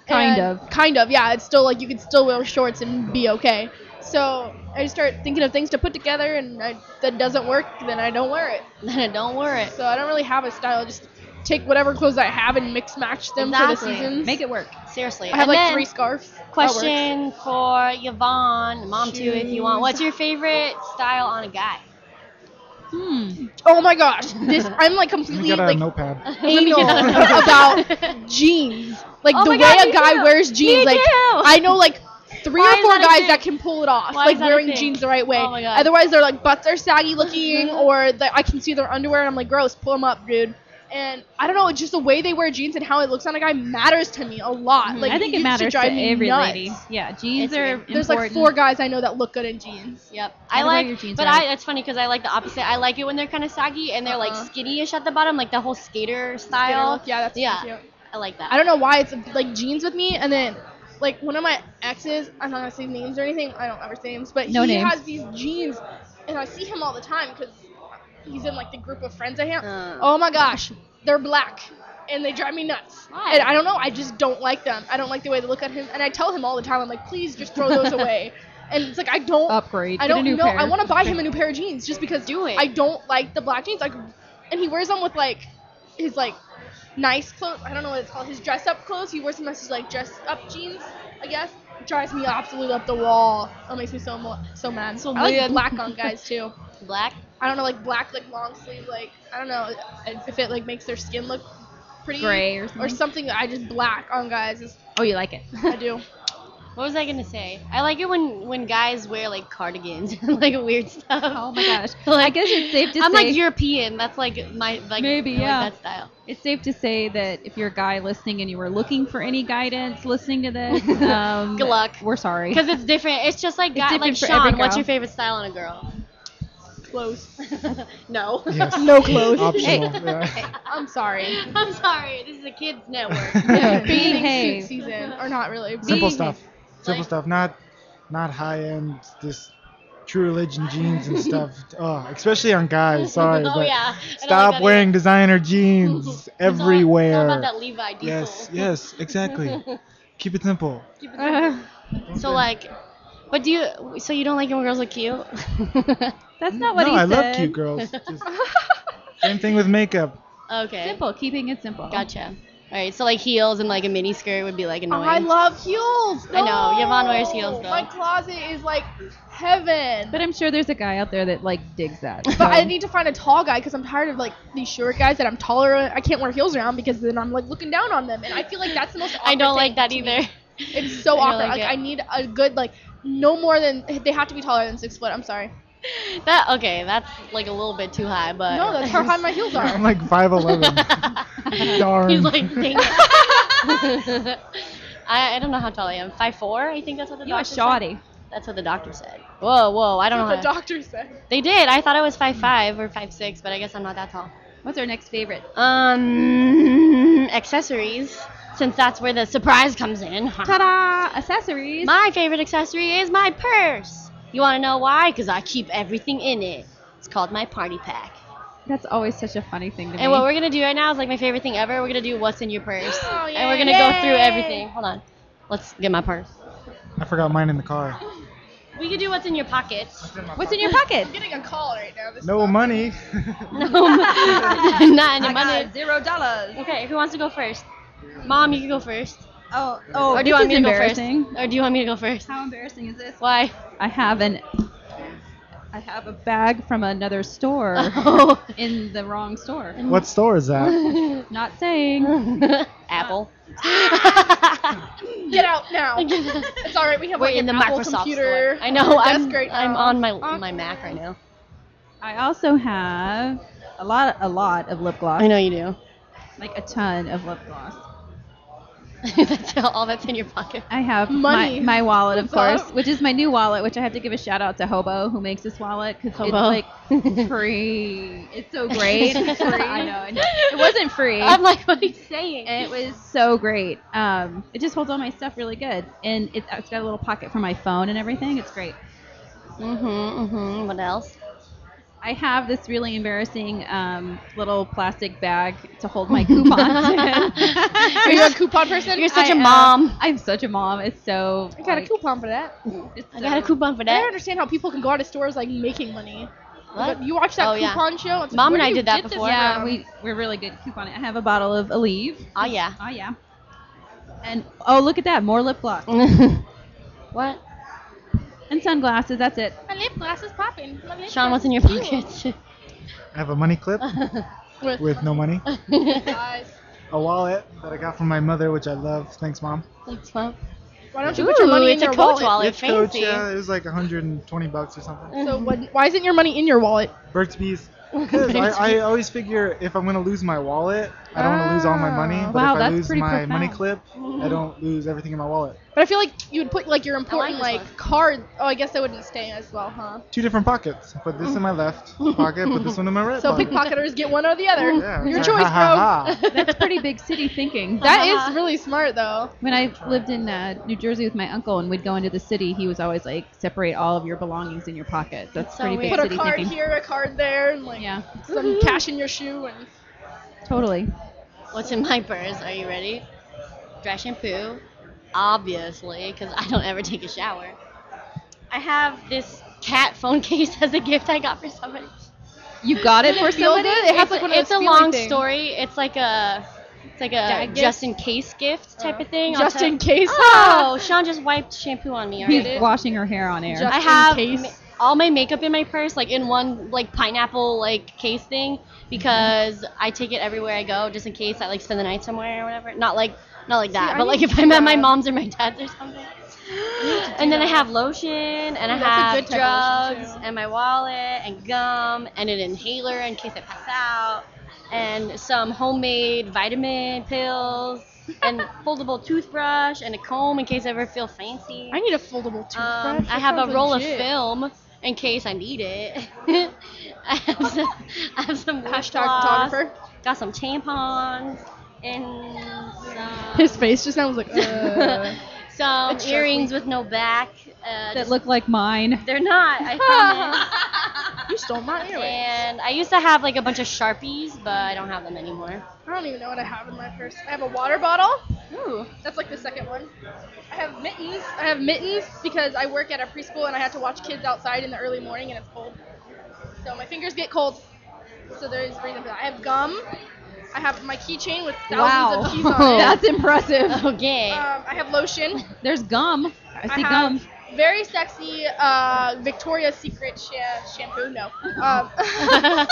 Kind And- of. Kind of, yeah. It's still like you could still wear shorts and be okay. So I just start thinking of things to put together, and I, that doesn't work, then I don't wear it. Then don't wear it. So I don't really have a style. Just take whatever clothes I have and mix match them for Exactly. the seasons. Make it work. Seriously. I have And like then- three scarves. That works. Question for Yvonne, mom too, if you want. Shoes. What's your favorite style on a guy? Hmm. Oh my gosh, this I'm like completely got a like notepad. anal about jeans. Like Oh the my way God, me a guy too. wears jeans. Me like too. I know like three Why or is four that a guys thing? that can pull it off, Why is like that a wearing thing? jeans the right way. Oh my God. Otherwise, their like butts are saggy looking, or the, I can see their underwear, and I'm like, gross, pull them up, dude. And I don't know, it's just the way they wear jeans and how it looks on a guy matters to me a lot. Like Mm-hmm. I think it used matters to, drive me every nuts. lady. Yeah, jeans It's are weird. There's like important. four guys I know that look good in jeans. Yep. I Gotta wear like, your jeans but right. I, it's funny because I like the opposite. I like it when they're kind of saggy and they're Uh-huh. Uh-uh. like skinny-ish at the bottom, like the whole skater Yeah, style. that's yeah. cute. I like that. I don't know why it's like jeans with me, and then like one of my exes. I'm not gonna say names or anything. I don't ever say names, but No he names. has these jeans, and I see him all the time because he's in like the group of friends I have. Uh. oh my gosh, they're black, and they drive me nuts. Why? And I don't know. I just don't like them. I don't like the way they look at him, and I tell him all the time. I'm like, please just throw those away. And it's like I don't. upgrade. I Get a don't new know. Pair. I want to buy him a new pair of jeans just because. Do it. I don't like the black jeans. Like, and he wears them with like his like nice clothes. I don't know what it's called. His dress up clothes. He wears them as his like dress up jeans. I guess drives me absolutely up the wall. That makes me so mo- so mad. So I like mad. black on guys too. Black. I don't know, like black like long sleeve. Like I don't know if it like makes their skin look pretty gray or or something. something. I just black on guys. Is, oh, you like it? I do. What was I gonna say? I like it when when guys wear like cardigans and like weird stuff. Oh my gosh. Like, I guess it's safe to I'm say like European. That's like my like Maybe, I like yeah. that style. it's safe to say that if you're a guy listening and you were looking for any guidance listening to this, um, Good luck. We're sorry. Because it's different. It's just like It's guy, different like for every Sean. What's girl. your favorite style on a girl? Clothes. no. Yes. No clothes. Optional. yeah. I'm sorry. I'm sorry. This is a kids' network. Bathing Behave. suit season, or not really. Simple stuff. Simple Like- stuff. Not not high end. This true religion jeans and stuff. Oh, especially on guys. Sorry, oh but yeah. stop wearing designer jeans everywhere. It's all about that Levi diesel. Yes, yes, exactly. Keep it simple. Keep it simple. so like, but do you? So you don't like it when girls look cute? That's not what no, he I said. love cute girls. Just- same thing with makeup. okay. Simple, keeping it simple. Gotcha. All right, so like heels and like a mini skirt would be like annoying. I love heels. I know, No. Oh Yvonne wears heels, though. My closet is like heaven. But I'm sure there's a guy out there that like digs that. so- But I need to find a tall guy because I'm tired of like these short guys that I'm taller. I can't wear heels around because then I'm like looking down on them, and I feel like that's the most. I don't awkward like thing that to me. either. It's so I don't awkward. like Like, it. I need a good like no more than they have to be taller than six foot. I'm sorry. That okay, that's like a little bit too high, but No, that's how high my heels I'm are. like 5'11. Darn. He's like, dang it. I, I don't know how tall I am. Five four, I think that's what the You a doctor shoddy. said. That's what the doctor said. Whoa, whoa, I don't know. The how- doctor said. they did. I thought I was five five or five six, but I guess I'm not that tall. What's our next favorite? Um, accessories, since that's where the surprise comes in. Ta-da! Accessories. My favorite accessory is my purse. You want to know why? Because I keep everything in it. It's called my party pack. That's always such a funny thing to me. And what we're gonna do right now is like my favorite thing ever. We're gonna do what's in your purse, Oh, and we're gonna go through everything. Hold on, let's get my purse. I forgot mine in the car. We could do what's in your pockets. What's in your pocket? I'm getting a call right now. This No money. No, not in your money. zero dollars. Okay, who wants to go first? Mom, you can go first. Oh, oh. or do you want me to go first? Or do you want me to go first? How embarrassing is this? Why? I have an. I have a bag from another store Oh. in the wrong store. what store is that? Not saying. Apple. Get out now. it's all right. We have We're like in the an Apple Microsoft computer. Oh. store. I know. I'm, desk right I'm Oh. now. on my my Mac right now. I also have a lot, a lot of lip gloss. I know you do. Like a ton of lip gloss. that's all that's in your pocket. I have Money. My, my wallet, of What's course, which is my new wallet, which I have to give a shout out to Hobo who makes this wallet because it's Hobo. like free. It's so great. It's free. I know. I know. It wasn't free. I'm like, what are you saying? and it was so great. Um, it just holds all my stuff really good, and it, it's got a little pocket for my phone and everything. It's great. Mhm, mhm. What else? I have this really embarrassing um, little plastic bag to hold my coupons. in. Are you a coupon person? You're such a I am- mom. I'm such a mom. It's so. I got a like, coupon for that. it's I got a so- coupon for I don't that. understand how people can go out of stores like making money. What? You watch that Oh, yeah. coupon show? It's like, Mom and where do I you did that get this before. from? Yeah, we we're really good at couponing. I have a bottle of Aleve. Oh yeah. Oh yeah. And oh look at that, more lip gloss what? and sunglasses. That's it. My lip gloss is popping. My lip Sean, gloss what's in your is cute. pockets? I have a money clip with no money. Guys, A wallet that I got from my mother, which I love. Thanks, mom. Thanks, mom. why don't you Ooh, put your money in it's a your coach wallet? wallet. it's Coach, Fancy. yeah, it was like 120 bucks or something. So when, why isn't your money in your wallet? Burt's Bees. Because I, I always figure if I'm gonna lose my wallet, I don't want to lose all my money. But Wow, if I that's lose pretty my money profound. clip, I don't lose everything in my wallet. But I feel like you would put like your important this like, one. card. Oh, I guess that wouldn't stay as well, huh? Two different pockets. Put this in my left pocket. Put this one in my right So pocket. pickpocketers get one or the other. Yeah, your it's choice, like, ha, bro. ha, ha. That's pretty big city thinking. That is really smart though. Uh-huh. When I lived in uh, New Jersey with my uncle and we'd go into the city, he was always like, separate all of your belongings in your pocket. That's So pretty big weird. Put a city card thinking. here, a card there, and like Yeah, some cash in your shoe and totally. What's in my purse? Are you ready? Dry shampoo, obviously, because I don't ever take a shower. I have this cat phone case as a gift I got for somebody. You got it for feel somebody. good? It has it's like one of it's those a feeling long things. story. It's like a it's like a gift? just in case gift type of thing. I'll just tell- in case. Oh, Sean just wiped shampoo on me already. He's washing her hair on air. Just- I in have case. ma- all my makeup in my purse, like in one like pineapple like case thing, because I take it everywhere I go, just in case I like spend the night somewhere or whatever. Not like not like that, I but like need if to I'm do at my that. mom's or my dad's or something. And then I have lotion, and I that's a have good type of lotion, drugs, too. and my wallet, and gum, and an inhaler in case I pass out, and some homemade vitamin pills, and foldable toothbrush, and a comb in case I ever feel fancy. I need a foldable toothbrush. Um, I That have sounds a roll legit. of film in case I need it. I have some, I have some lip Hashtag gloss, photographer. Got some tampons and some, His face just now was like, uh. some It's earrings with no back. Uh, that just- look like mine. they're not. I promise. you stole my earring. and I used to have like a bunch of sharpies, but I don't have them anymore. I don't even know what I have in my purse. I have a water bottle. Ooh. That's like the second one. I have mittens. I have mittens because I work at a preschool and I have to watch kids outside in the early morning and it's cold. So my fingers get cold. So there's a reason for that. I have gum. I have my keychain with thousands Wow. of keys on it. That's impressive. Okay. Um, I have lotion. There's gum. I see have gum. Very sexy uh, Victoria's Secret sh- shampoo. No. Um,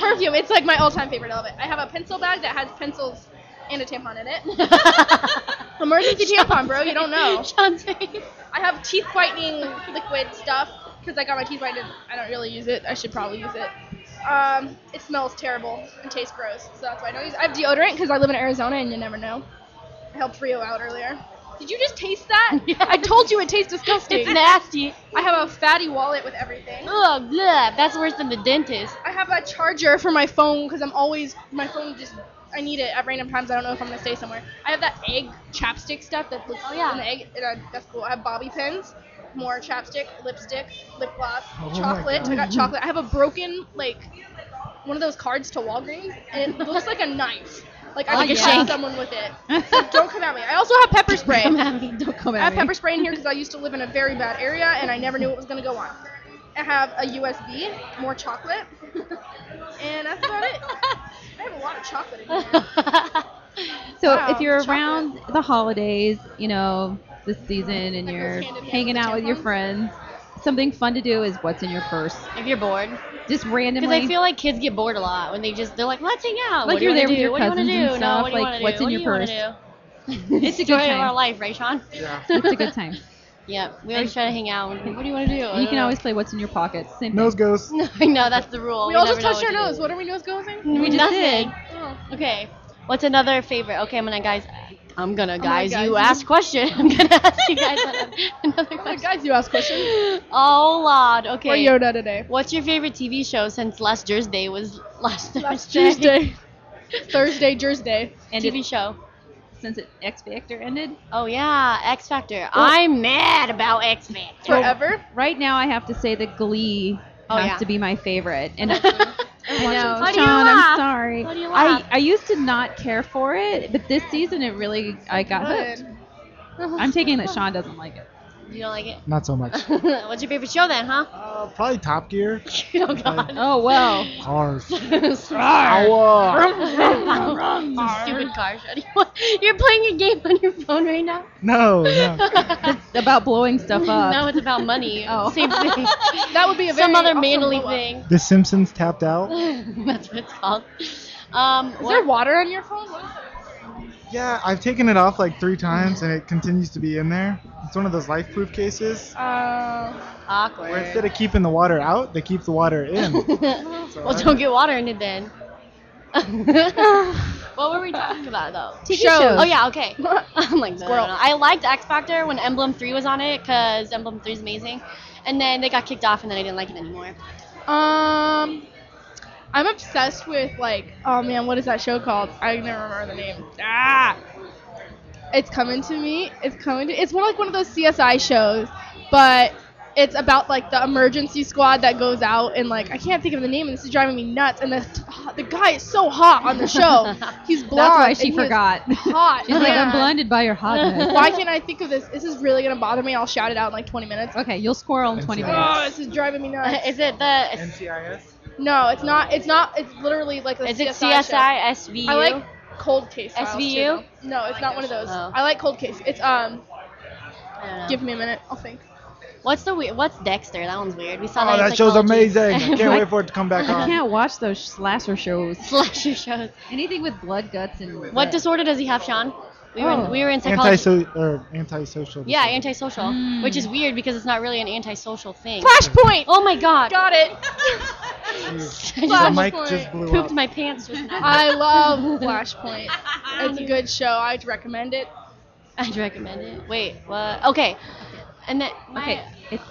perfume. It's like my all time favorite. I love it. I have a pencil bag that has pencils and a tampon in it. Emergency tampon, bro. You don't know. Shantae. I have teeth whitening liquid stuff because I got my teeth whitened. I don't really use it. I should probably use it. Um, it smells terrible and tastes gross, so that's why I don't use. it. I have deodorant because I live in Arizona and you never know. I helped Rio out earlier. Did you just taste that? I told you it tastes disgusting. It's nasty. I have a fatty wallet with everything. Ugh, bleh, that's worse than the dentist. I have a charger for my phone because I'm always my phone just I need it at random times. I don't know if I'm gonna stay somewhere. I have that egg chapstick stuff that looks Oh, yeah. an egg, and I, that's cool. I have bobby pins, more chapstick, lipstick, lip gloss, Oh my chocolate. I got God. chocolate. I have a broken like one of those cards to Walgreens, and it looks like a knife. Like Oh, I could yeah. stab someone with it. So don't come at me. I also have pepper spray. Come at me. Don't come I have pepper spray in here because I used to live in a very bad area and I never knew what was going to go on. I have a USB, more chocolate, and that's about it. I have a lot of chocolate in here. So Wow, if you're chocolate. around the holidays, you know, this season, and you're hand in hand hanging with out with your tampons. friends, something fun to do is what's in your purse. If you're bored. Just Because randomly. I feel like kids get bored a lot when they just they're like, let's hang out. Like what do you wanna you're there with do? your what do you wanna cousins do? and No, stuff, what do you like, wanna what's do? What in your do you wanna purse? do? It's it's the a good story of time. our life, right, Sean? Yeah. it's a good time. Yeah, we always try to hang out. and we're like, What do you want to do? Uh, You can always play what's in your pockets. Same Nose goes. No, I know that's the rule. we all just never know touched our what to nose. do. What are we nose going? We just did. did. Oh. Okay. What's another favorite? Okay, I'm gonna guys. I'm gonna gonna guys. guys you you. ask question. I'm gonna ask you guys another Oh, question. guys, you asked questions. Oh Lord. Okay. Or Yoda today. What's your favorite TV show since last Thursday was last Thursday? Last Tuesday. Thursday, Thursday. And TV it, show. since it, X Factor ended, Oh yeah, X Factor. I'm mad about X Factor. Forever. right now I have to say that Glee Oh, has yeah. to be my favorite. And I know, How do you Sean, I'm laugh? sorry. How do you I laugh? I used to not care for it, but this season it really I got hooked. Good. I'm taking that Sean doesn't like it. You don't like it? Not so much. What's your favorite show then, huh? Uh, probably Top Gear. oh God. Oh well. Cars. Stupid car, Shreddy. You're playing a game on your phone right now? No, no. about blowing stuff up. no, it's about money. Oh. Same thing. That would be a Some very other awesome manly blow-up. thing. The Simpsons tapped out. That's what it's called. Um, Is what- there water on your phone? What is Yeah, I've taken it off like three times and it continues to be in there. It's one of those life proof cases that? Uh, awkward. where instead of keeping the water out, they keep the water in. Oh, So well, I- don't get water in it then. what were we talking about though? Oh yeah, okay. I'm like, no, no, Squirrel. no. I liked X Factor when Emblem Three was on it because Emblem Three is amazing, and then they got kicked off, and then I didn't like it anymore. Um, I'm obsessed with like, oh man, what is that show called? I never remember the name. Ah, it's coming to me. It's coming to. It's one like one of those CSI shows, but it's about like the emergency squad that goes out and like I can't think of the name, and this is driving me nuts. And the the guy is so hot on the show. He's blonde. That's why she and he was forgot. Hot. She's like, I'm man. blinded by your hotness. Why can't I think of this? This is really gonna bother me. I'll shout it out in like 20 minutes. Okay, you'll squirrel in 20 minutes. Oh, this is driving me nuts. is it the? NCIS? No, it's not. It's not. It's literally like a Is it CSI show. CSI SVU? I like cold case. files, too, SVU? though. No, it's not one of those. Oh. I like cold case. It's um. I don't know. Give me a minute. I'll think. What's the we- what's Dexter? That one's weird. We saw Oh, that. in that show's psychology. amazing. I can't wait for it to come back I on. can't watch those slasher shows. Slasher shows. Anything with blood, guts, and What disorder does he have, Sean? We were in, Oh. we were in psychology. Anti or antisocial. yeah, disorder. antisocial, which is weird because it's not really an antisocial thing. Flashpoint. Oh my god! Got it. Jeez. I The just Flash- mic just Flashpoint. blew pooped up. my pants. Just now. I love Flashpoint. It's a good show. I'd recommend it. I'd recommend it. Wait, what? Okay, and then my, Okay, it's,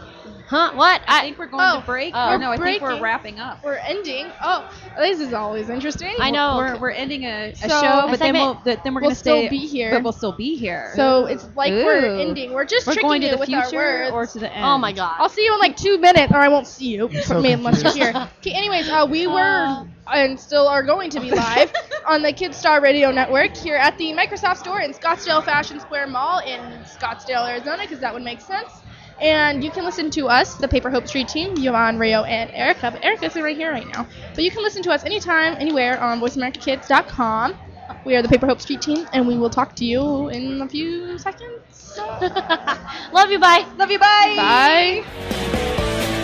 huh? What? I I think we're going Oh, to break. oh. or no, I think breaking. we're wrapping up. We're ending. Oh, this is always interesting. I know. We're, we're ending a, a So- show, A but then we'll segment. th- then we're We'll gonna still stay, be here. But we'll still be here. So it's like we're Ooh. ending. We're just we're tricking going you to the with our future words. or to the end. oh my god! I'll see you in like two minutes, or I won't see you. so I mean, unless you're confused. here. Okay, anyways, uh, we were and still are going to be live on the Kidstar Radio Network here at the Microsoft Store in Scottsdale Fashion Square Mall in Scottsdale, Arizona, because that would make sense. And you can listen to us, the Paper Hope Street team, Yvonne, Rayo, and Erica. But Erica's right here right now. But you can listen to us anytime, anywhere on voiceamericakids.com. We are the Paper Hope Street team, and we will talk to you in a few seconds. Love you. Bye. Love you. Bye. Bye.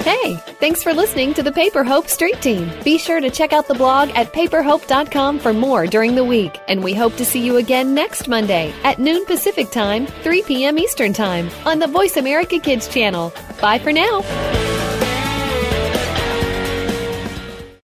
Hey, thanks for listening to the Paper Hope Street Team. Be sure to check out the blog at paperhope.com for more during the week, and we hope to see you again next Monday at noon Pacific Time, 3 p.m. Eastern Time on the Voice America Kids channel. Bye for now.